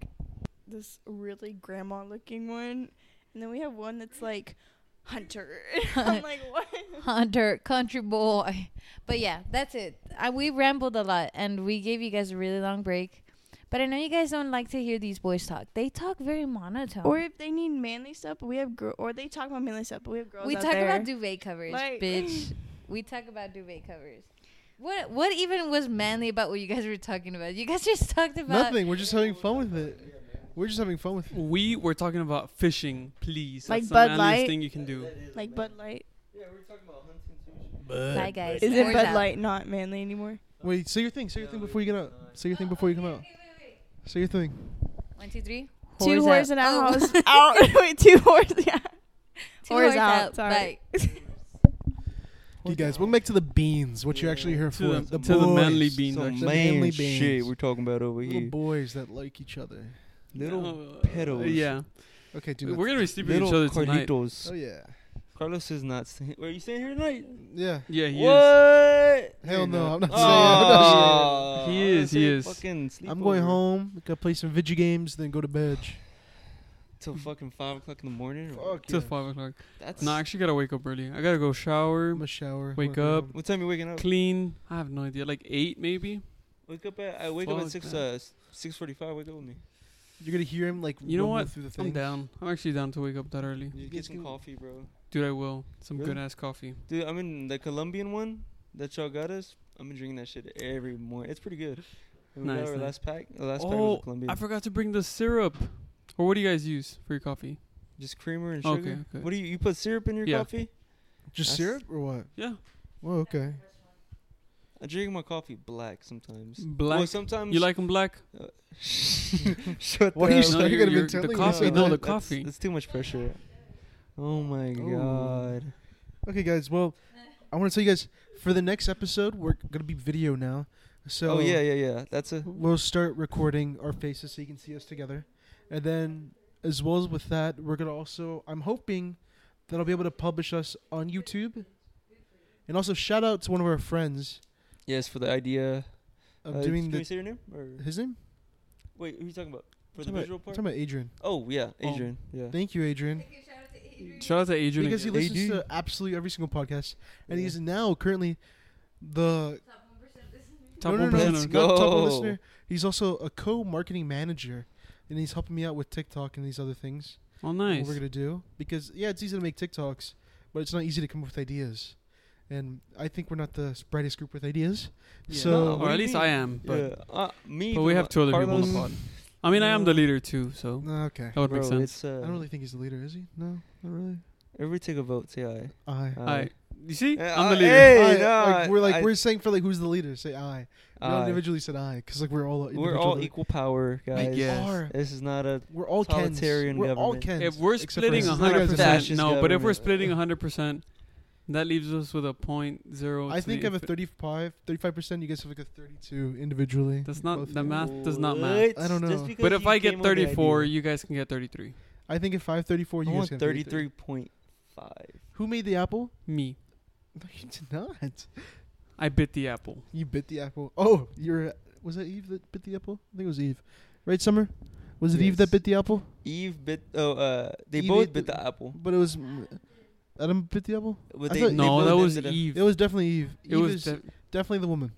S5: this really grandma looking one, and then we have one that's like hunter. I'm like what?
S4: Hunter, country boy. But yeah, that's it. I, we rambled a lot and we gave you guys a really long break. But I know you guys don't like to hear these boys talk. They talk very monotone.
S5: Or if they need manly stuff, we have girl. Or they talk about manly stuff, but we have girls.
S4: we
S5: out
S4: talk
S5: there.
S4: about duvet covers,
S5: Like-
S4: bitch. we talk about duvet covers. What what even was manly about what you guys were talking about? You guys just talked about
S3: Nothing. We're just having fun with it. We're just having fun with it.
S2: We were talking about fishing, please.
S5: Like
S2: That's
S5: Bud
S2: the manliest
S5: Light?
S2: thing you can do.
S5: like Bud Light.
S1: Yeah, we're talking about hunting
S4: Bye guys.
S5: Isn't
S4: Word
S5: Bud
S4: up.
S5: Light not manly anymore?
S3: Wait, say your thing. Say your thing before you get out. Say your thing before you come out. Say your thing.
S4: One, two, three.
S5: two whores
S4: out.
S5: in a
S4: Oh.
S5: house. out. Wait, two whores. Yeah.
S4: Two
S5: Whores
S4: whores
S5: out,
S4: out.
S5: sorry.
S4: Bye.
S3: You guys, welcome back to the beans. What you're actually here
S2: To
S3: for?
S2: the- to the manly
S3: boys.
S2: beans,
S3: Some
S2: actually.
S3: the manly
S1: man
S3: beans.
S1: shit we're talking about over
S3: little
S1: here.
S3: boys that like each other.
S1: Little
S2: Uh,
S1: pedos.
S2: Yeah.
S3: Okay, dude.
S2: We're gonna be sleeping with
S1: little
S2: each other tonight.
S1: Carlitos.
S3: that's- oh yeah,
S1: Carlos is not staying. Wait, Are you staying here tonight?
S3: yeah.
S2: Yeah, he is.
S1: What?
S3: Hell no, I'm not saying. I'm,
S1: Oh,
S3: not
S2: He is, he is.
S1: Fucking
S3: saying. I'm going
S1: sleepover.
S3: home. Gotta play some video games, then go to bed.
S1: till fucking five o'clock in the morning.
S3: Fuck
S2: Till
S3: yeah.
S2: five o'clock.
S1: That's
S2: No, I actually gotta wake up early. I gotta go shower,
S3: I'm a shower.
S2: Wake
S3: whatever.
S2: up.
S1: What time you waking up?
S2: clean. I have no idea. Like eight maybe.
S1: Wake up at I wake up
S2: Fuck
S1: at six
S2: that.
S1: uh six forty five. Wake up with me.
S3: You're gonna hear him like.
S2: You know
S3: rumble
S2: what?
S3: Through the thing.
S2: I'm down. I'm actually down to wake up that early.
S1: Dude, get
S3: Let's
S1: some
S3: go.
S1: coffee, bro.
S2: Dude, I will. Some
S1: Really?
S2: good ass coffee.
S1: Dude, I mean the Colombian one that y'all got us. I've been drinking that shit every morning. It's pretty good. And we got
S2: Nice,
S1: our
S2: nice.
S1: last pack. The last pack was
S2: Oh,
S1: a Colombian.
S2: I forgot to bring the syrup. Or what do you guys use for your coffee?
S1: Just creamer and
S2: Okay,
S1: sugar.
S2: okay.
S1: What do you you put syrup in your
S2: Yeah.
S1: coffee?
S3: Just
S1: That's-
S3: syrup or what?
S2: Yeah.
S3: Well, okay.
S1: I drink my coffee black sometimes. Well,
S2: Black.
S1: sometimes
S2: you like them black?
S1: Shut the hell
S3: Why are you
S2: No,
S1: up.
S3: staring
S2: you're-
S3: at him
S2: you're-
S3: intently?
S2: the
S3: when you
S2: coffee.
S3: say
S2: No,
S3: that?
S2: the
S1: That's-
S2: coffee.
S1: That's too much pressure. Oh my
S3: Ooh.
S1: god.
S3: Okay, guys. Well, I want to tell you guys for the next episode, we're gonna be video now. So
S1: oh yeah, yeah, yeah. That's a
S3: we'll start recording our faces so you can see us together, and then as well as with that, we're gonna also. I'm hoping that I'll be able to publish us on YouTube, and also shout out to one of our friends
S1: yes for the idea.
S3: of
S1: Uh,
S3: doing
S1: can
S3: the
S1: we say your name? Or
S3: his name.
S1: wait, who are you talking about? For
S3: Talking
S1: the
S3: about-
S1: visual part?
S3: talking about Adrian.
S1: Oh yeah,
S2: Oh.
S1: Adrian. Yeah.
S3: Thank you, Adrian,
S2: Shout out to Adrian.
S3: because he
S1: Adrian.
S3: listens
S1: AD.
S3: to absolutely every single podcast, and
S1: Yeah.
S3: he's now currently the
S2: Top
S3: no, no,
S2: 1%
S3: no,
S2: of-
S1: Let's
S3: not top
S1: go.
S3: one listener. He's also a co-marketing manager, and he's helping me out with TikTok and these other things.
S2: Oh,
S3: what
S2: nice.
S3: we're gonna do because yeah, it's easy to make TikToks, but it's not easy to come up with ideas. And I think we're not the brightest group with ideas.
S1: Yeah.
S3: So
S1: No, what
S2: or
S1: do
S2: at
S1: you
S2: least
S1: mean?
S2: I am. But,
S1: yeah. Uh, me.
S2: but we have two other people on the
S1: Carlos.
S2: pod. I mean, I am the
S3: Uh,
S2: leader too, so
S3: Uh, Mm. okay,
S2: that would
S1: Bro,
S2: make sense.
S1: it's, uh,
S3: I don't really think he's the leader, is he? No, not really.
S1: Every take a vote, say aye.
S3: I.
S1: Aye.
S2: I, you see,
S1: Yeah,
S2: I'm the
S1: uh,
S2: leader.
S1: hey.
S3: I-
S1: no,
S3: like, we're like
S1: I-
S3: we're saying for like who's the leader? Say I. We all
S1: Aye.
S3: individually said I because like we're all
S1: We're
S3: individual
S1: all
S3: leader-
S1: equal power,
S3: We
S1: guys.
S2: guess.
S3: are.
S1: This is not a.
S3: We're all Kens. We're
S1: Totalitarian
S3: all
S1: government.
S3: Kens.
S2: If we're
S3: except for
S2: splitting
S3: this
S1: instance.
S2: hundred percent,
S1: Fascist
S2: no. But if we're
S1: government.
S2: splitting hundred percent, that leaves us with a point zero.
S3: I
S2: to
S3: think
S2: the
S3: I have a
S2: infi-
S3: 35, 35 percent. You guys have like a thirty-two individually.
S2: That's not
S3: both
S2: the
S3: of you.
S2: math does not math.
S1: What?
S3: I don't
S1: Just
S3: know.
S1: because
S2: But if
S1: you
S2: I get
S1: came up with the
S2: 34,
S1: idea.
S2: you guys can get 33.
S3: I think at five thirty-four,
S1: I
S3: you guys
S1: want
S3: can have 33.
S1: thirty-three point five.
S3: Who made the apple?
S2: Me,
S3: No, you did not.
S2: I bit the apple.
S3: You bit the apple. Oh, you're. Was that Eve that bit the apple? I think it was Eve. Right, Summer? Was it Eve that
S1: Yes.
S3: bit the apple?
S1: Eve bit. Oh, uh, they
S3: Eve
S1: both
S3: ate
S1: bit
S3: the-
S1: the apple.
S3: But it was. Adam bit the apple?
S1: But
S3: I
S1: they,
S3: thought-
S1: they
S2: No,
S1: both
S2: that was
S1: ended up-
S2: Eve.
S3: It was definitely Eve.
S2: It
S3: Eve
S2: was
S3: is
S2: de-
S3: definitely the woman.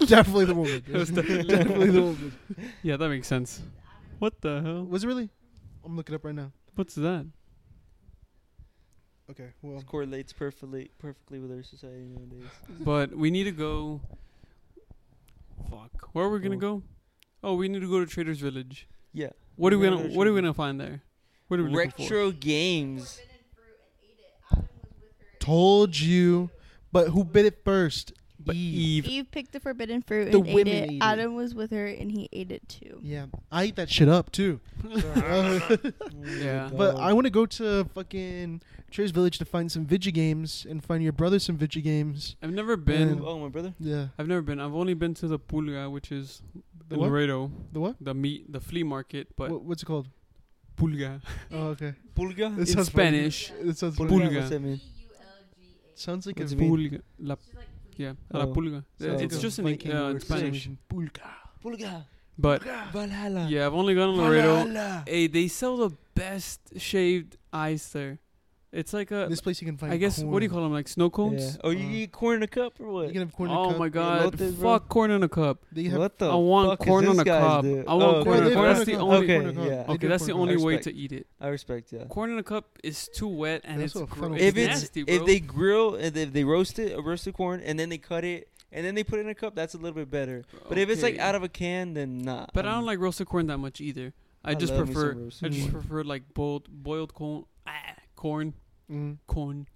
S3: definitely the woman.
S2: It was definitely-
S3: definitely the woman.
S2: yeah, that makes sense. What the hell?
S3: Was it really? I'm looking up right now.
S2: What's that?
S3: Okay, well.
S1: It correlates perfectly perfectly with our society nowadays.
S2: But we need to go. Fuck. Where are we gonna
S1: Oh.
S2: go? Oh, we need to go to Trader's Village.
S1: Yeah.
S2: What are we
S1: We're
S2: gonna
S1: gonna
S2: What are we
S1: Trader's.
S2: gonna find there? What are we looking for?
S1: Retro games.
S3: Told you. But who bit it first?
S2: But
S3: Eve.
S2: Eve.
S5: Eve picked the forbidden fruit
S3: The
S5: and ate
S3: women
S5: it.
S3: ate it.
S5: Adam was with her and he ate it too.
S3: Yeah, I ate that shit up too.
S2: Yeah.
S3: But
S1: Oh,
S3: I want to go to fucking Trace Village to find some Vidya games and find your brother some Vidya games.
S2: I've never been.
S3: Yeah.
S1: Oh, my brother.
S3: Yeah.
S2: I've never been. I've only been to the pulga, which is
S3: The
S2: in
S3: what?
S2: Laredo,
S3: The what?
S2: the meat, the flea market, but
S3: What- what's it called?
S2: pulga
S3: Oh, okay.
S1: Pulga.
S3: It
S2: in
S3: sounds funny.
S2: Spanish.
S3: It sounds
S1: Pulga.
S3: like,
S2: Pulga.
S1: What's that mean?
S3: sounds like
S1: What's
S3: a
S1: it mean?
S2: Pulga. La, yeah, la
S1: Oh.
S2: pulga.
S1: So-
S2: it's just in,
S3: Viking
S2: uh, in
S3: word
S2: Spanish.
S3: situation.
S1: Pulga.
S2: But
S1: Valhalla.
S2: yeah, I've only gone to Laredo. Hey, they sell the best shaved ice there. It's like a,
S3: This place you can find.
S2: I guess, what do you call them? Like snow cones?
S1: Oh, you
S3: Uh,
S1: eat corn in a cup or
S3: corn.
S1: what?
S3: You can have corn. in a
S2: oh
S3: cup.
S2: my god.
S1: elotes, bro.
S2: Fuck corn in a cup.
S3: They have
S1: what the
S2: I want
S1: fuck is
S2: corn
S1: this
S2: on a
S1: guy's
S2: cob.
S1: do-
S2: I
S1: Oh,
S2: want corn
S1: okay.
S2: on a
S3: they
S2: corn.
S3: have
S2: That's the
S3: corn in a cup.
S2: only.
S1: Okay,
S3: They have corn in a cup.
S1: yeah.
S3: They
S2: Okay,
S3: do
S2: that's
S3: corn
S2: the
S3: in a
S2: only
S3: cup.
S2: way
S1: Respect.
S2: to eat it.
S1: I respect, yeah.
S2: Corn in a cup is too wet and
S3: That's
S2: it's
S3: what a funnel
S2: gross.
S3: is.
S1: If it's
S2: nasty, bro.
S1: if they grill and if they roast it, a roasted corn, and then they cut it and then they put it in a cup, that's a little bit better. But if it's like
S2: Okay.
S1: out of a can, then nah.
S2: But I
S1: I'm-
S2: don't like roasted corn that much either. I,
S1: I
S2: just
S1: love me some
S2: prefer I
S1: roasted
S2: just
S1: corn.
S2: prefer like boiled boiled corn ah, corn
S3: Mm.
S2: corn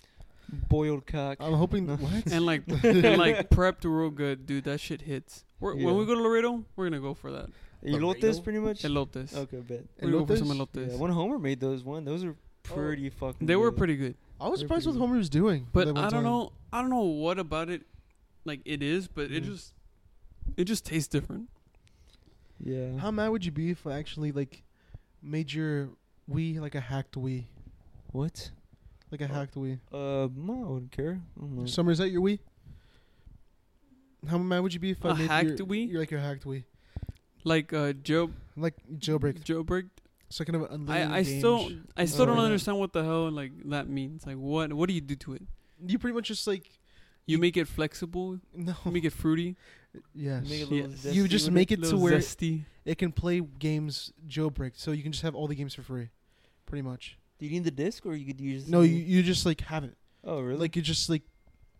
S1: boiled cock.
S3: I'm hoping.
S1: No.
S3: What?
S2: and like and like prepped real good, dude. That shit hits. We're,
S1: Yeah.
S2: When we go to Laredo, we're gonna go for that
S1: Elotes, pretty much.
S2: elotes.
S1: Okay, bet.
S2: We're gonna go for some
S3: Elotes?
S2: elotes.
S1: Yeah, when Homer made those one, those are pretty fucking.
S2: Oh. they were
S1: good.
S2: pretty good,
S3: I was
S1: They're
S3: surprised what
S1: pretty-
S3: Homer was doing.
S2: but I
S3: that one
S2: don't
S3: time.
S2: know. I don't know what about it. Like it is, but it
S3: Mm.
S2: just it just tastes different.
S1: Yeah.
S3: How mad would you be if I actually like made your Wii like a hacked Wii,
S1: What?
S3: like a hacked Wii?
S1: Uh, no, I wouldn't care. I don't know.
S3: Oh. Summer, is that your Wii? How mad would you be if I
S2: A
S3: made
S2: hacked
S3: your,
S2: Wii?
S3: You're like your hacked Wii,
S2: Like uh, Joe
S3: like jailbreak.
S2: Joe Brick.
S3: So kind of unlimited
S2: Mm. I, I
S3: games.
S2: still I still don't
S1: Oh.
S2: understand what the hell like that means. Like what what do you do to it?
S3: You pretty much just like
S2: You make it flexible.
S3: no.
S2: You make it fruity.
S3: yes.
S1: Make it a
S2: Yeah.
S1: little
S3: You
S1: zesty
S3: just
S1: with
S3: make it to
S2: little
S3: where
S2: zesty.
S3: it can play games jailbreak, so you can just have all the games for free, pretty much.
S1: Do you need the disc or you could use?
S3: No,
S1: the-
S3: you, you just like have it.
S1: Oh, really?
S3: Like you just like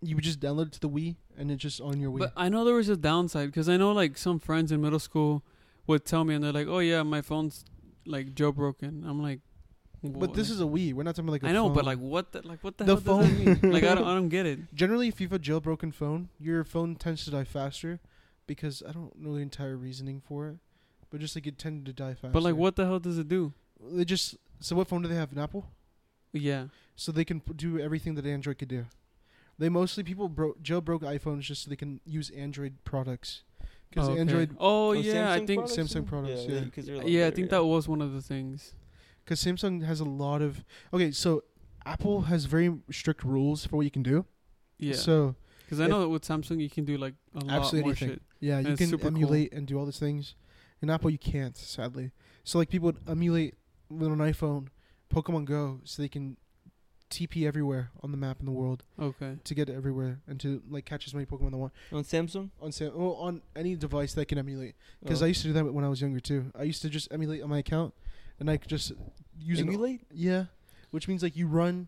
S3: you would just download it to the Wii and it's just on your Wii.
S2: But I know there was a downside because I know like some friends in middle school would tell me and they're like, "Oh yeah, my phone's like jailbroken." I'm like,
S3: But this is a Wii. We're not talking about like a
S2: I know, but
S3: phone.
S2: like what the like what the,
S3: The
S2: hell does that mean? like I don't I don't get it.
S3: generally, if you have a jailbroken phone, your phone tends to die faster because I don't know the entire reasoning for it, but just like it tended to die faster.
S2: But like what the hell does it do?
S3: They just so what phone do they have? An Apple.
S2: Yeah,
S3: so they can p- do everything that Android could do. They mostly people bro- jailbroke iPhones just so they can use Android products because
S2: Oh, okay.
S3: Android
S2: Oh, yeah, I think
S3: products? Samsung products, yeah.
S1: because they're a lot
S2: yeah, I
S1: better,
S2: think that was one of the things.
S3: because Samsung has a lot of okay. So Apple has very strict rules for what you can do.
S2: Yeah, because
S3: So
S2: Because I know that with Samsung you can do like a lot
S3: Absolutely
S2: more
S3: anything.
S2: shit.
S3: Yeah, you
S2: it's
S3: can
S2: super cool.
S3: emulate and do all these things. In Apple, you can't, sadly. So like people would emulate with an iPhone, Pokemon Go, so they can TP everywhere on the map in the world
S2: Okay.
S3: to get everywhere and to like catch as many Pokemon they want
S1: on Samsung.
S3: on Sam- well, on any device that can emulate. Because
S1: Oh.
S3: I used to do that when I was younger too. I used to just emulate on my account, and I could just use an
S1: emulate.
S3: Yeah, which means like you run,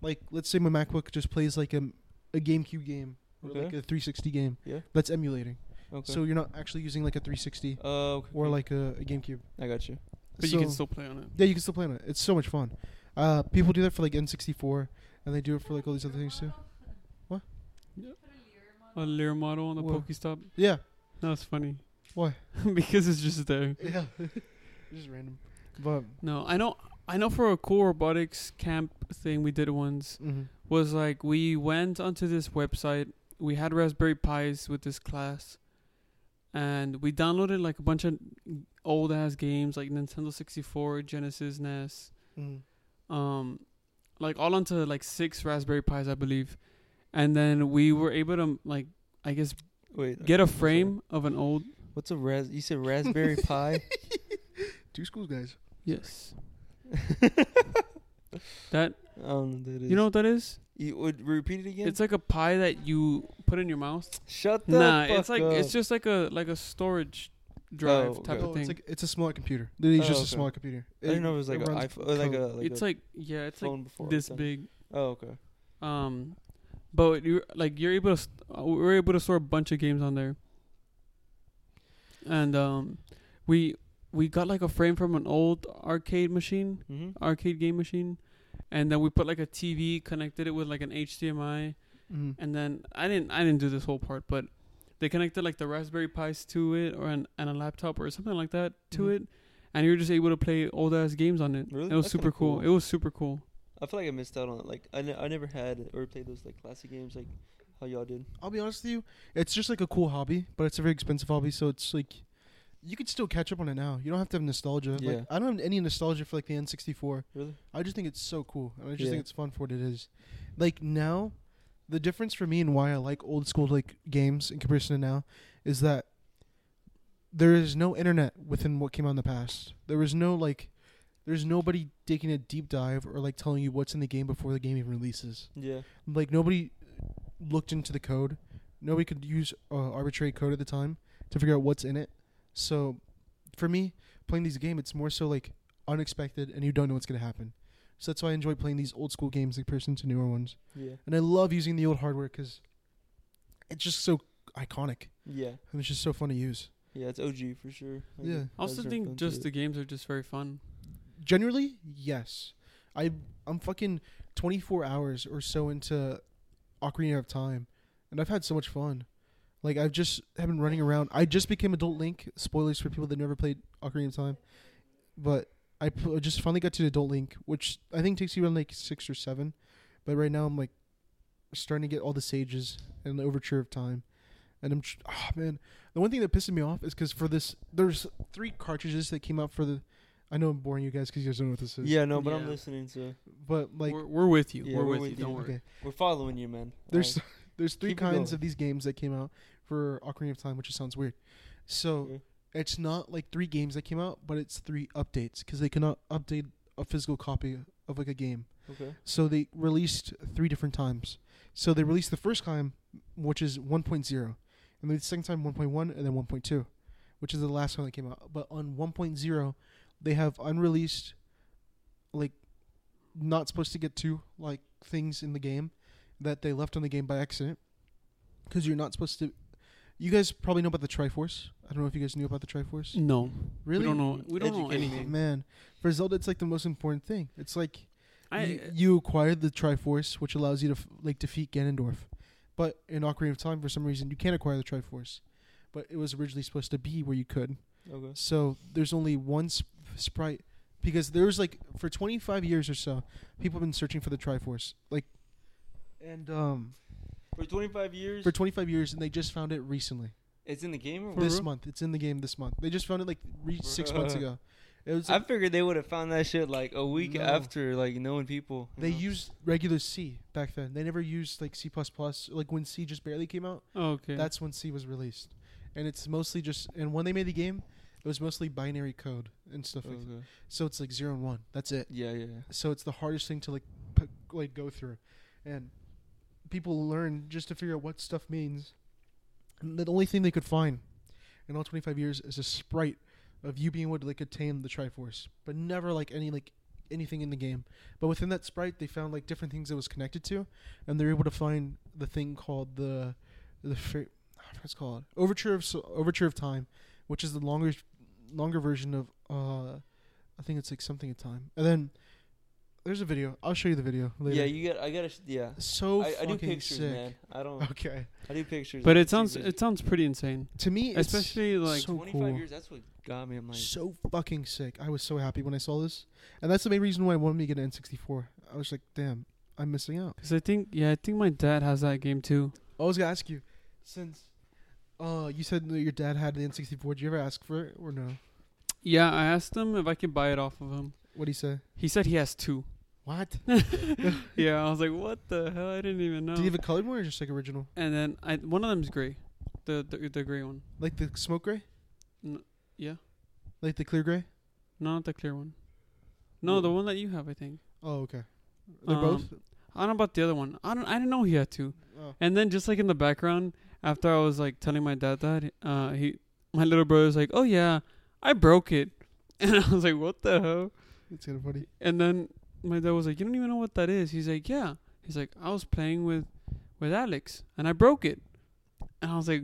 S3: like let's say my MacBook just plays like a, a GameCube game or
S1: Okay.
S3: like a 360 game.
S1: Yeah.
S3: that's emulating.
S1: Okay.
S3: So you're not actually using like a 360
S1: uh, okay,
S3: or
S1: okay.
S3: like a, a GameCube.
S1: I got you.
S2: But you can
S3: So-
S2: still play on it.
S3: yeah, you can still play on it. It's so much fun. Uh, people do that for like N64, and they do it for like all these other things too.
S2: A Lear model on the
S3: Whoa.
S2: Pokestop.
S3: Yeah,
S2: That's funny.
S3: Why?
S2: because it's just there.
S3: yeah, just random. But
S2: No, I know. I know for a cool robotics camp thing we did once.
S3: mhm.
S2: was like we went onto this website. We had Raspberry Pis with this class, and we downloaded like a bunch of old ass games like Nintendo 64, Genesis, NES,
S1: Mm-hmm.
S3: Mhm.
S2: um, like all onto like six Raspberry Pis, I believe. And then we were able to like I guess
S1: Wait.
S2: get
S1: uh,
S2: a
S1: sorry.
S2: frame of an old
S1: What's a ras? You said Raspberry Pi.
S3: two schools guys.
S2: yes. that
S1: I don't know what that is.
S2: you know what that is?
S1: You would repeat it again.
S2: It's like a pie that you put in your mouth.
S1: Shut the
S2: Nah,
S1: fuck
S2: it's like
S1: up.
S2: it's just like a like a storage drive
S1: Oh,
S2: type
S1: okay.
S2: of
S3: Oh,
S2: thing.
S3: it's like it's a smaller computer. It is
S1: Oh,
S3: just a
S1: okay.
S3: smaller computer.
S1: I didn't know it was like
S3: it
S1: an
S3: runs
S1: iPhone, like a
S3: code.
S1: like
S2: it's
S1: a
S2: like yeah, it's like
S1: phone before
S2: this
S1: it's done.
S2: big.
S1: Oh, okay.
S2: Um, but you like you're able to st- uh, we we're able to store a bunch of games on there. And um, we we got like a frame from an old arcade machine,
S1: Mm-hmm.
S2: arcade game machine, and then we put like a TV, connected it with like an HDMI,
S3: Mhm.
S2: and then I didn't I didn't do this whole part, but they connected like the Raspberry Pis to it or an and a laptop or something like that to
S3: Mhm.
S2: it, and you were just able to play old ass games on it.
S1: Mm-hmm. Really?
S2: It was
S1: That's kinda
S2: super cool.
S1: cool.
S2: It was super cool.
S1: I feel like I missed out on it. Like I, ne- I never had or played those like classic games like how y'all did.
S3: I'll be honest with you, it's just like a cool hobby, but it's a very expensive hobby, so it's like you could still catch up on it now. You don't have to have nostalgia.
S1: Yeah.
S3: Like I don't have any nostalgia for like the N sixty four.
S1: Really?
S3: I just think it's so cool, and I just
S1: Yeah.
S3: think it's fun for what it is. Like now, the difference for me and why I like old school like games in comparison to now is that there is no internet within what came out in the past. There was no like, there's nobody taking a deep dive or like telling you what's in the game before the game even releases
S1: Yeah.
S3: like nobody looked into the code. Nobody could use uh, arbitrary code at the time to figure out what's in it. So, for me, playing these games, it's more so like unexpected, and you don't know what's gonna happen. So that's why I enjoy playing these old school games in comparison to newer ones.
S1: Yeah.
S3: And I love using the old hardware because it's just so iconic
S1: Yeah.
S3: and it's just so fun to use.
S1: Yeah. It's OG for sure. Like,
S3: Yeah.
S2: I also
S1: those are
S2: think
S1: fun
S2: just
S1: to-
S2: the games are just very fun.
S3: Generally, yes. I I'm fucking 24 hours or so into Ocarina of Time, and I've had so much fun. Like I've just have been running around. I just became Adult Link. Spoilers for people that never played Ocarina of Time, but I pl- just finally got to Adult Link, which I think takes you around like six or seven. But right now I'm like starting to get all the sages and the Overture of Time, and I'm tr- oh man. The one thing that pisses me off is because for this there's three cartridges that came out for the. I know I'm boring you guys because you guys don't know what this is.
S1: Yeah. No, but I'm
S2: Yeah.
S1: listening. So
S3: But like
S2: we're, we're with you.
S1: Yeah,
S2: we're, with, you. Don't worry.
S3: okay.
S1: we're following you, man.
S3: There's
S1: Alright.
S3: there's three
S1: Keep it
S3: kinds
S1: going.
S3: of these games that came out for Ocarina of Time, which just sounds weird. So
S1: Yeah.
S3: it's not like three games that came out, but it's three updates because they cannot update a physical copy of like a game.
S1: okay.
S3: So they released three different times. So they released the first time, which is 1.0, and the second time 1.1, and then 1.2, which is the last one that came out. But on 1.0, they have unreleased, like, not supposed to get to like things in the game that they left on the game by accident, because you're not supposed to. You guys probably know about the Triforce. I don't know if you guys knew about the Triforce.
S2: No,
S3: Really?
S2: we don't know. We don't know
S1: Educate me.
S2: anything.
S3: Man, for Zelda, it's like the most important thing. It's like
S2: I uh,
S3: you, you acquired the Triforce, which allows you to f- like defeat Ganondorf. But in Ocarina of Time, for some reason, you can't acquire the Triforce. But it was originally supposed to be where you could.
S1: Okay.
S3: So there's only one sp- sprite because there was like for 25 years or so, people have been searching for the Triforce. Like, and um,
S1: For 25 years,
S3: for 25 years, and they just found it recently
S1: it's in the game. Or
S2: For
S1: what?
S3: this
S2: real?
S3: month. It's in the game this month. They just found it like re- six months ago. It was
S1: I figured they would have found that shit like a week
S3: No.
S1: after like knowing people. you
S3: they
S1: know?
S2: Mm-hmm.
S3: used regular C back then. They never used like C plus plus. Like when C just barely came out,
S2: Okay.
S3: that's when C was released. And it's mostly just and when they made the game, it was mostly binary code and stuff like that.
S1: Oh, Okay.
S3: So it's like zero and one. That's it.
S1: Yeah, yeah.
S3: So it's the hardest thing to like p- like go through, and people learn just to figure out what stuff means. And the only thing they could find in all 25 years is a sprite of you being able to like attain the Triforce, but never like any like anything in the game. But within that sprite, they found like different things it was connected to, and they're able to find the thing called the the fir- I forget what it's called Overture of So- Overture of Time, which is the longer longer version of uh I think it's like something of time. And then there's a video. I'll show you the video later.
S1: Yeah, you got. I gotta. sh- Yeah.
S3: so
S1: I, I
S3: fucking
S1: do pictures,
S3: sick.
S1: man. I don't.
S3: Okay.
S1: I do pictures.
S2: but
S1: I
S2: it
S1: can
S2: sounds
S1: see
S2: it sounds pretty insane,
S3: To me, it's
S2: especially like
S3: so
S1: Twenty-five
S3: cool.
S1: years. That's what got me. I'm like,
S3: so fucking sick. I was so happy when I saw this, and that's the main reason why I wanted me to get an N64. I was like, damn, I'm missing out.
S2: because I think yeah I think my dad has that game too.
S3: I was gonna ask you, since uh you said that your dad had the N64, did you ever ask for it or no?
S2: Yeah, I asked him if I could buy it off of him.
S3: What do you say?
S2: He said he has two.
S3: What?
S2: Yeah, I was like, what the hell? I didn't even know.
S3: Do you have a colored one or just like original,
S2: and then I one of them's gray, the the, the gray one.
S3: like the smoke gray,
S2: Yeah,
S3: like the clear gray?
S2: no, not the clear one. No, the
S3: What?
S2: one that you have, I think.
S3: Oh, okay. They're
S2: Um,
S3: both.
S2: I don't know about the other one. I don't. I didn't know he had two.
S3: Oh.
S2: And then just like in the background, after I was like telling my dad that, uh, he, my little brother's like, oh yeah, I broke it, and I was like, what the hell?
S3: It's kind of funny.
S2: And then my dad was like, you don't even know what that is. He's like, yeah. He's like, I was playing with, with Alex, and I broke it, and I was like,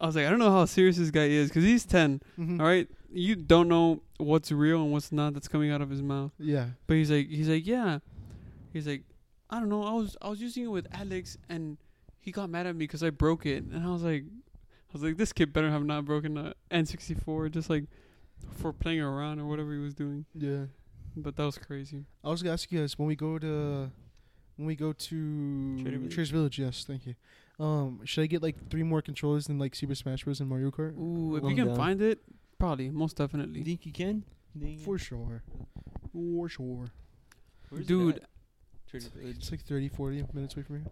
S2: I was like, I don't know how serious this guy is, 'cause he's ten.
S3: Mhm.
S2: All right, you don't know what's real and what's not that's coming out of his mouth.
S3: Yeah.
S2: But he's like, he's like, yeah. He's like, I don't know. I was I was using it with Alex, and he got mad at me because I broke it. And I was like, I was like, this kid better have not broken a N64 just like for playing around or whatever he was doing.
S3: Yeah.
S2: But that was crazy.
S3: I was gonna ask you guys when we go to when we go to
S1: Trader Village?
S3: Trader's Village. Yes, thank you. Um, should I get like three more controllers than like Super Smash Bros. and Mario Kart?
S2: Ooh, if
S1: Well
S2: you can
S1: done.
S2: find it, probably most
S1: you
S2: definitely,
S1: think you can? Think you-
S3: For sure. For sure.
S1: Where's it
S2: dude.
S1: at? Trader Joe's.
S3: It's like 30, 40 minutes away from here.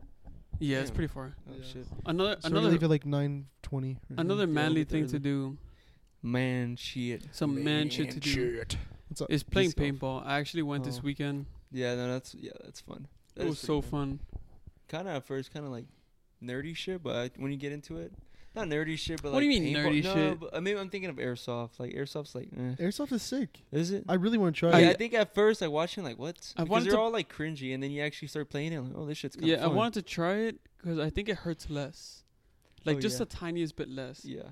S2: Yeah, it's
S1: Damn.
S2: pretty far.
S1: Oh
S3: Yeah.
S1: shit.
S2: Another
S3: So we
S2: another
S3: leave at like nine twenty.
S2: another
S1: Yeah,
S2: manly
S1: get there
S2: thing to
S1: early.
S2: do.
S1: Man, shit.
S2: Some man, shit to do
S3: What's up?
S2: is playing
S1: Disc golf.
S2: paintball. I actually went
S1: Oh.
S2: this weekend.
S1: Yeah, no, that's yeah, that's fun. That
S2: it
S1: is
S2: was
S1: pretty
S2: so fun.
S1: Kind of at first, kind of like nerdy shit, but I, when you get into it, not nerdy shit, but
S2: What
S1: like
S2: do you mean
S1: paintball-
S2: nerdy
S1: no,
S2: shit?
S1: But, I mean, I'm thinking of airsoft. Like airsoft's like, eh.
S3: Airsoft is sick.
S1: is it?
S3: I really want to
S1: Yeah,
S3: try.
S1: I,
S3: it.
S1: think at first I watching like what
S2: I
S1: because
S2: wanted
S1: they're
S2: to-
S1: all like cringy, and then you actually start playing it. Like, oh, this shit's kind of
S2: Yeah, I
S1: fun.
S2: wanted to try it because I think it hurts less, like
S1: Oh,
S2: just
S1: yeah.
S2: the tiniest bit less.
S1: Yeah,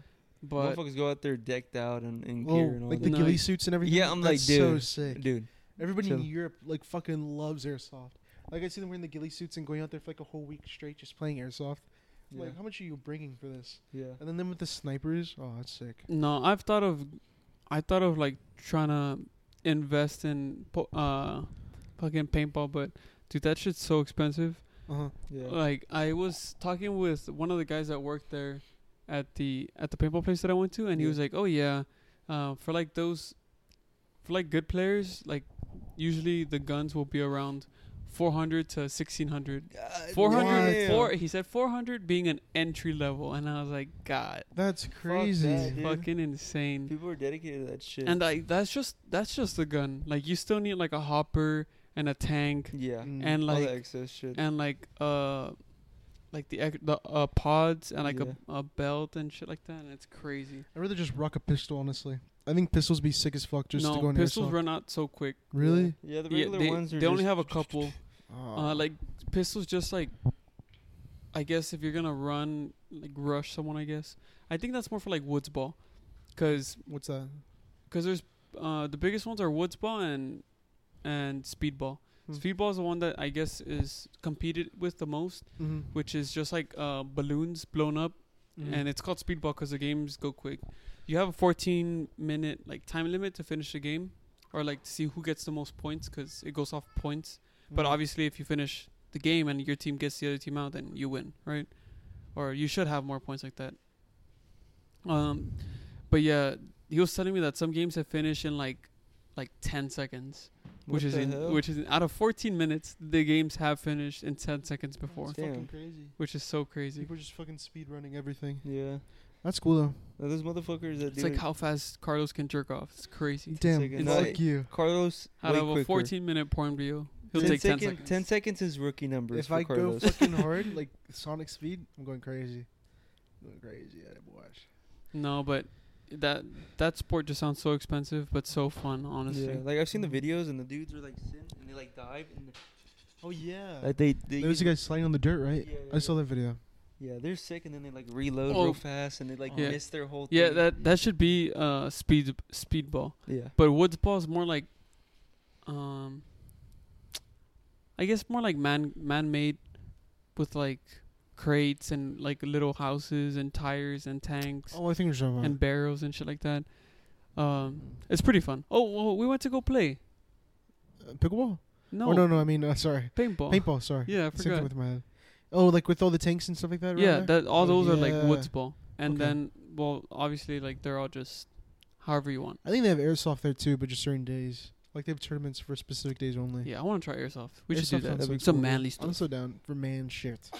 S2: But Oh,
S1: motherfuckers go out there decked out and, and
S3: Whoa,
S1: gear and all
S3: like
S1: that.
S3: the
S2: that.
S3: ghillie
S2: Nice.
S3: suits and everything.
S1: Yeah, I'm like,
S3: That's
S1: dude,
S3: so sick.
S1: dude.
S3: Everybody in
S1: chill.
S3: Europe like fucking loves airsoft. Like I see them wearing the ghillie suits and going out there for like a whole week straight just playing airsoft. I'm
S1: Yeah,
S3: Like, how much are you bringing for this?
S1: yeah.
S3: And then them with the snipers. Oh, that's sick.
S2: no, I've thought of, I thought of like trying to invest in po- uh, fucking paintball, but dude, that shit's so expensive.
S3: Uh huh.
S1: yeah.
S2: Like I was talking with one of the guys that worked there at the at the paintball place that I went to, and he
S1: Yeah.
S2: was like, "Oh yeah, uh, for like those, for like good players, like usually the guns will be around 400 to 1600."
S1: God
S2: 400
S1: damn.
S2: four, he said 400 being an entry level and i was like god
S3: That's crazy.
S1: that, dude.
S2: fucking insane
S1: People are dedicated to that shit.
S2: and like that's just that's just a gun like you still need like a hopper and a tank
S1: yeah,
S3: Mm.
S2: and
S1: all that
S2: like
S1: excess shit.
S2: and like uh like the ec- the uh, pods and like
S1: Yeah.
S2: a, a belt and shit like that and it's crazy
S3: I'd rather just rock a pistol, honestly. I think pistols be sick as fuck just to go
S2: no
S3: in
S2: pistols
S3: airsoft.
S2: run out so quick
S3: really?
S1: Yeah, the
S2: yeah,
S1: regular
S2: they,
S1: ones are
S2: they only
S1: just-
S2: have a couple
S3: Oh.
S2: uh like pistols just like i guess if you're gonna run like rush someone i guess i think that's more for like woods ball because
S3: what's that?
S2: Because there's uh, the biggest ones are woods ball and and speedball.
S3: Hmm.
S2: Speedball is the one that I guess is competed with the most,
S3: Mm-hmm.
S2: which is just like uh, balloons blown up,
S3: Hmm.
S2: and it's called speedball because the games go quick. You have a 14 minute like time limit to finish the game, or like to see who gets the most points because it goes off points.
S3: Mm-hmm.
S2: But
S1: Mm-hmm.
S2: obviously, if you finish the game and your team gets the other team out, then you win, right? Or you should have more points like that. Um, but yeah, he was telling me that some games have finished in like like 10 seconds,
S1: What
S2: which is
S1: the
S2: in,
S1: hell?
S2: which is in, out of 14 minutes the games have finished in 10 seconds before,
S3: It's fucking
S1: Damn.
S3: crazy.
S2: which is so crazy.
S3: People are just fucking speed running everything.
S1: yeah.
S3: That's cool though.
S1: Now, those motherfuckers that
S2: It's
S1: do
S2: like
S1: it-
S2: how fast Carlos can jerk off. It's crazy.
S3: Damn,
S1: seconds.
S2: No,
S3: fuck
S1: it-
S3: you.
S1: Carlos
S2: Out
S1: way
S2: of
S1: quicker.
S2: a 14 minute porn video, he'll
S1: 10
S2: take 10
S1: second-
S2: seconds.
S1: 10 seconds is rookie numbers
S3: If
S1: for
S3: I go
S1: Carlos.
S3: fucking hard, like Sonic speed, I'm going crazy. I'm going crazy at it, boy.
S2: No, but that that sport just sounds so expensive, but so fun, honestly.
S1: yeah, like I've seen the videos and the dudes are like sitting and they like dive and
S3: Oh yeah.
S1: like they, they
S3: there was a
S1: use-
S3: guy sliding on the dirt, right?
S1: Yeah,
S3: I saw that video.
S1: yeah they're sick and then they like reload
S2: Oh.
S1: real fast and they like
S2: Yeah.
S1: miss their whole
S2: Yeah,
S1: thing.
S2: that that should be uh speed speedball,
S1: yeah
S2: but woods ball is more like, um, I guess more like man man made, with like crates and like little houses and tires and tanks
S3: Oh, I think you're talking
S2: and barrels and shit like that. Um, it's pretty fun. Oh, well, we went to go play.
S3: about uh, pickleball.
S2: No,
S3: Oh no, no, I mean uh, sorry,
S2: paintball.
S3: paintball. Sorry.
S2: Yeah, I
S3: Same thing
S2: forgot.
S3: with my head. Oh, like with all the tanks and stuff like that.
S2: yeah,
S3: around there?
S2: that all
S3: Oh,
S2: those are
S3: yeah.
S2: like woods ball, and
S3: Okay.
S2: then well, obviously like they're all just however you want.
S3: I think they have airsoft there too, but just certain days. Like they have tournaments for specific days only.
S2: Yeah, I want to try airsoft. We
S3: Airsoft
S2: should do that.
S3: sounds
S1: That'd be
S2: Some
S1: cool.
S2: manly
S3: I'm
S2: stuff.
S3: so down for man shit.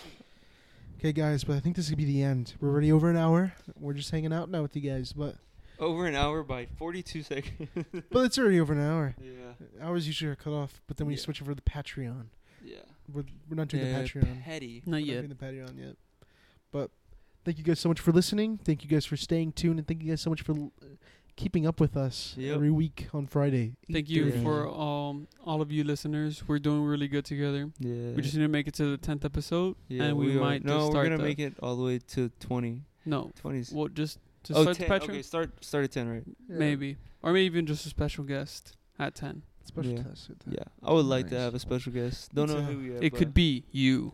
S3: Okay, guys, but I think this could be the end. We're already over an hour. We're just hanging out now with you guys, but
S1: over an hour by 42 seconds
S3: but it's already over an hour.
S1: yeah
S3: Hours usually are cut off, but then we
S1: Yeah.
S3: switch over to the Patreon.
S1: yeah
S3: We're, we're not doing
S2: Yeah,
S3: the Patreon.
S1: petty
S2: Not
S3: We're
S2: yet.
S3: Not doing the Patreon yet. But thank you guys so much for listening. Thank you guys for staying tuned, and thank you guys so much for l- uh, keeping up with us
S1: Yep.
S3: every week on Friday.
S2: Thank you
S1: Yeah.
S2: for um all of you listeners. We're doing really good together.
S1: yeah
S2: We just need to make it to the tenth episode,
S1: yeah,
S2: and we,
S1: are.
S2: might
S1: no
S2: just
S1: we're
S2: start
S1: gonna
S2: the-
S1: make it all the way to 20
S2: no.
S1: 20s
S2: Well, just to
S1: oh
S2: start
S1: 10
S2: the Patreon,
S1: okay start start at 10 right
S2: maybe, or maybe even just a special guest at ten.
S3: special
S1: Yeah.
S3: test.
S1: yeah I would like to
S3: Nice.
S1: have a special guest don't
S3: It's,
S1: know
S3: uh,
S1: who yet
S2: it could be you.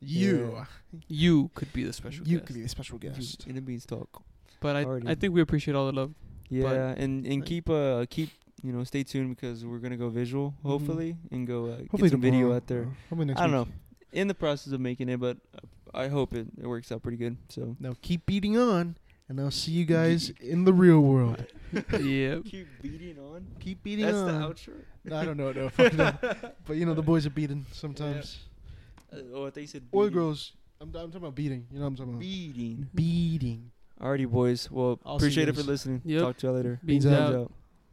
S3: You,
S1: Yeah.
S2: You could be the special
S3: you
S2: guest.
S3: could be the special guest.
S1: in a beanstalk
S2: but I,
S1: Already.
S2: I think we appreciate all the love.
S1: Yeah, and and
S3: like-
S1: keep uh keep you know stay tuned because we're gonna go visual
S2: Mm-hmm.
S1: hopefully and go uh,
S3: Hopefully
S1: get some video
S3: tomorrow.
S1: out there.
S3: Hopefully next
S1: I don't
S3: week.
S1: know, in the process of making it, but uh, I hope it, it works out pretty good. So
S3: Now keep beating on, and I'll see you guys in the real world.
S2: yeah.
S1: keep beating on.
S3: Keep beating on.
S1: outro.
S3: No, I don't know. No, fuck no. But you know the boys are beating sometimes.
S1: Oh, I thought you said
S3: Or
S1: beating.
S3: girls. I'm, I'm talking about beating. You know what I'm talking about.
S1: Beating.
S3: beating.
S1: Alrighty, boys. Well,
S3: I'll see you
S1: appreciate it for
S3: guys.
S1: listening.
S2: Yep.
S1: Talk to you later.
S2: Beans
S3: Beans
S2: out.
S1: out.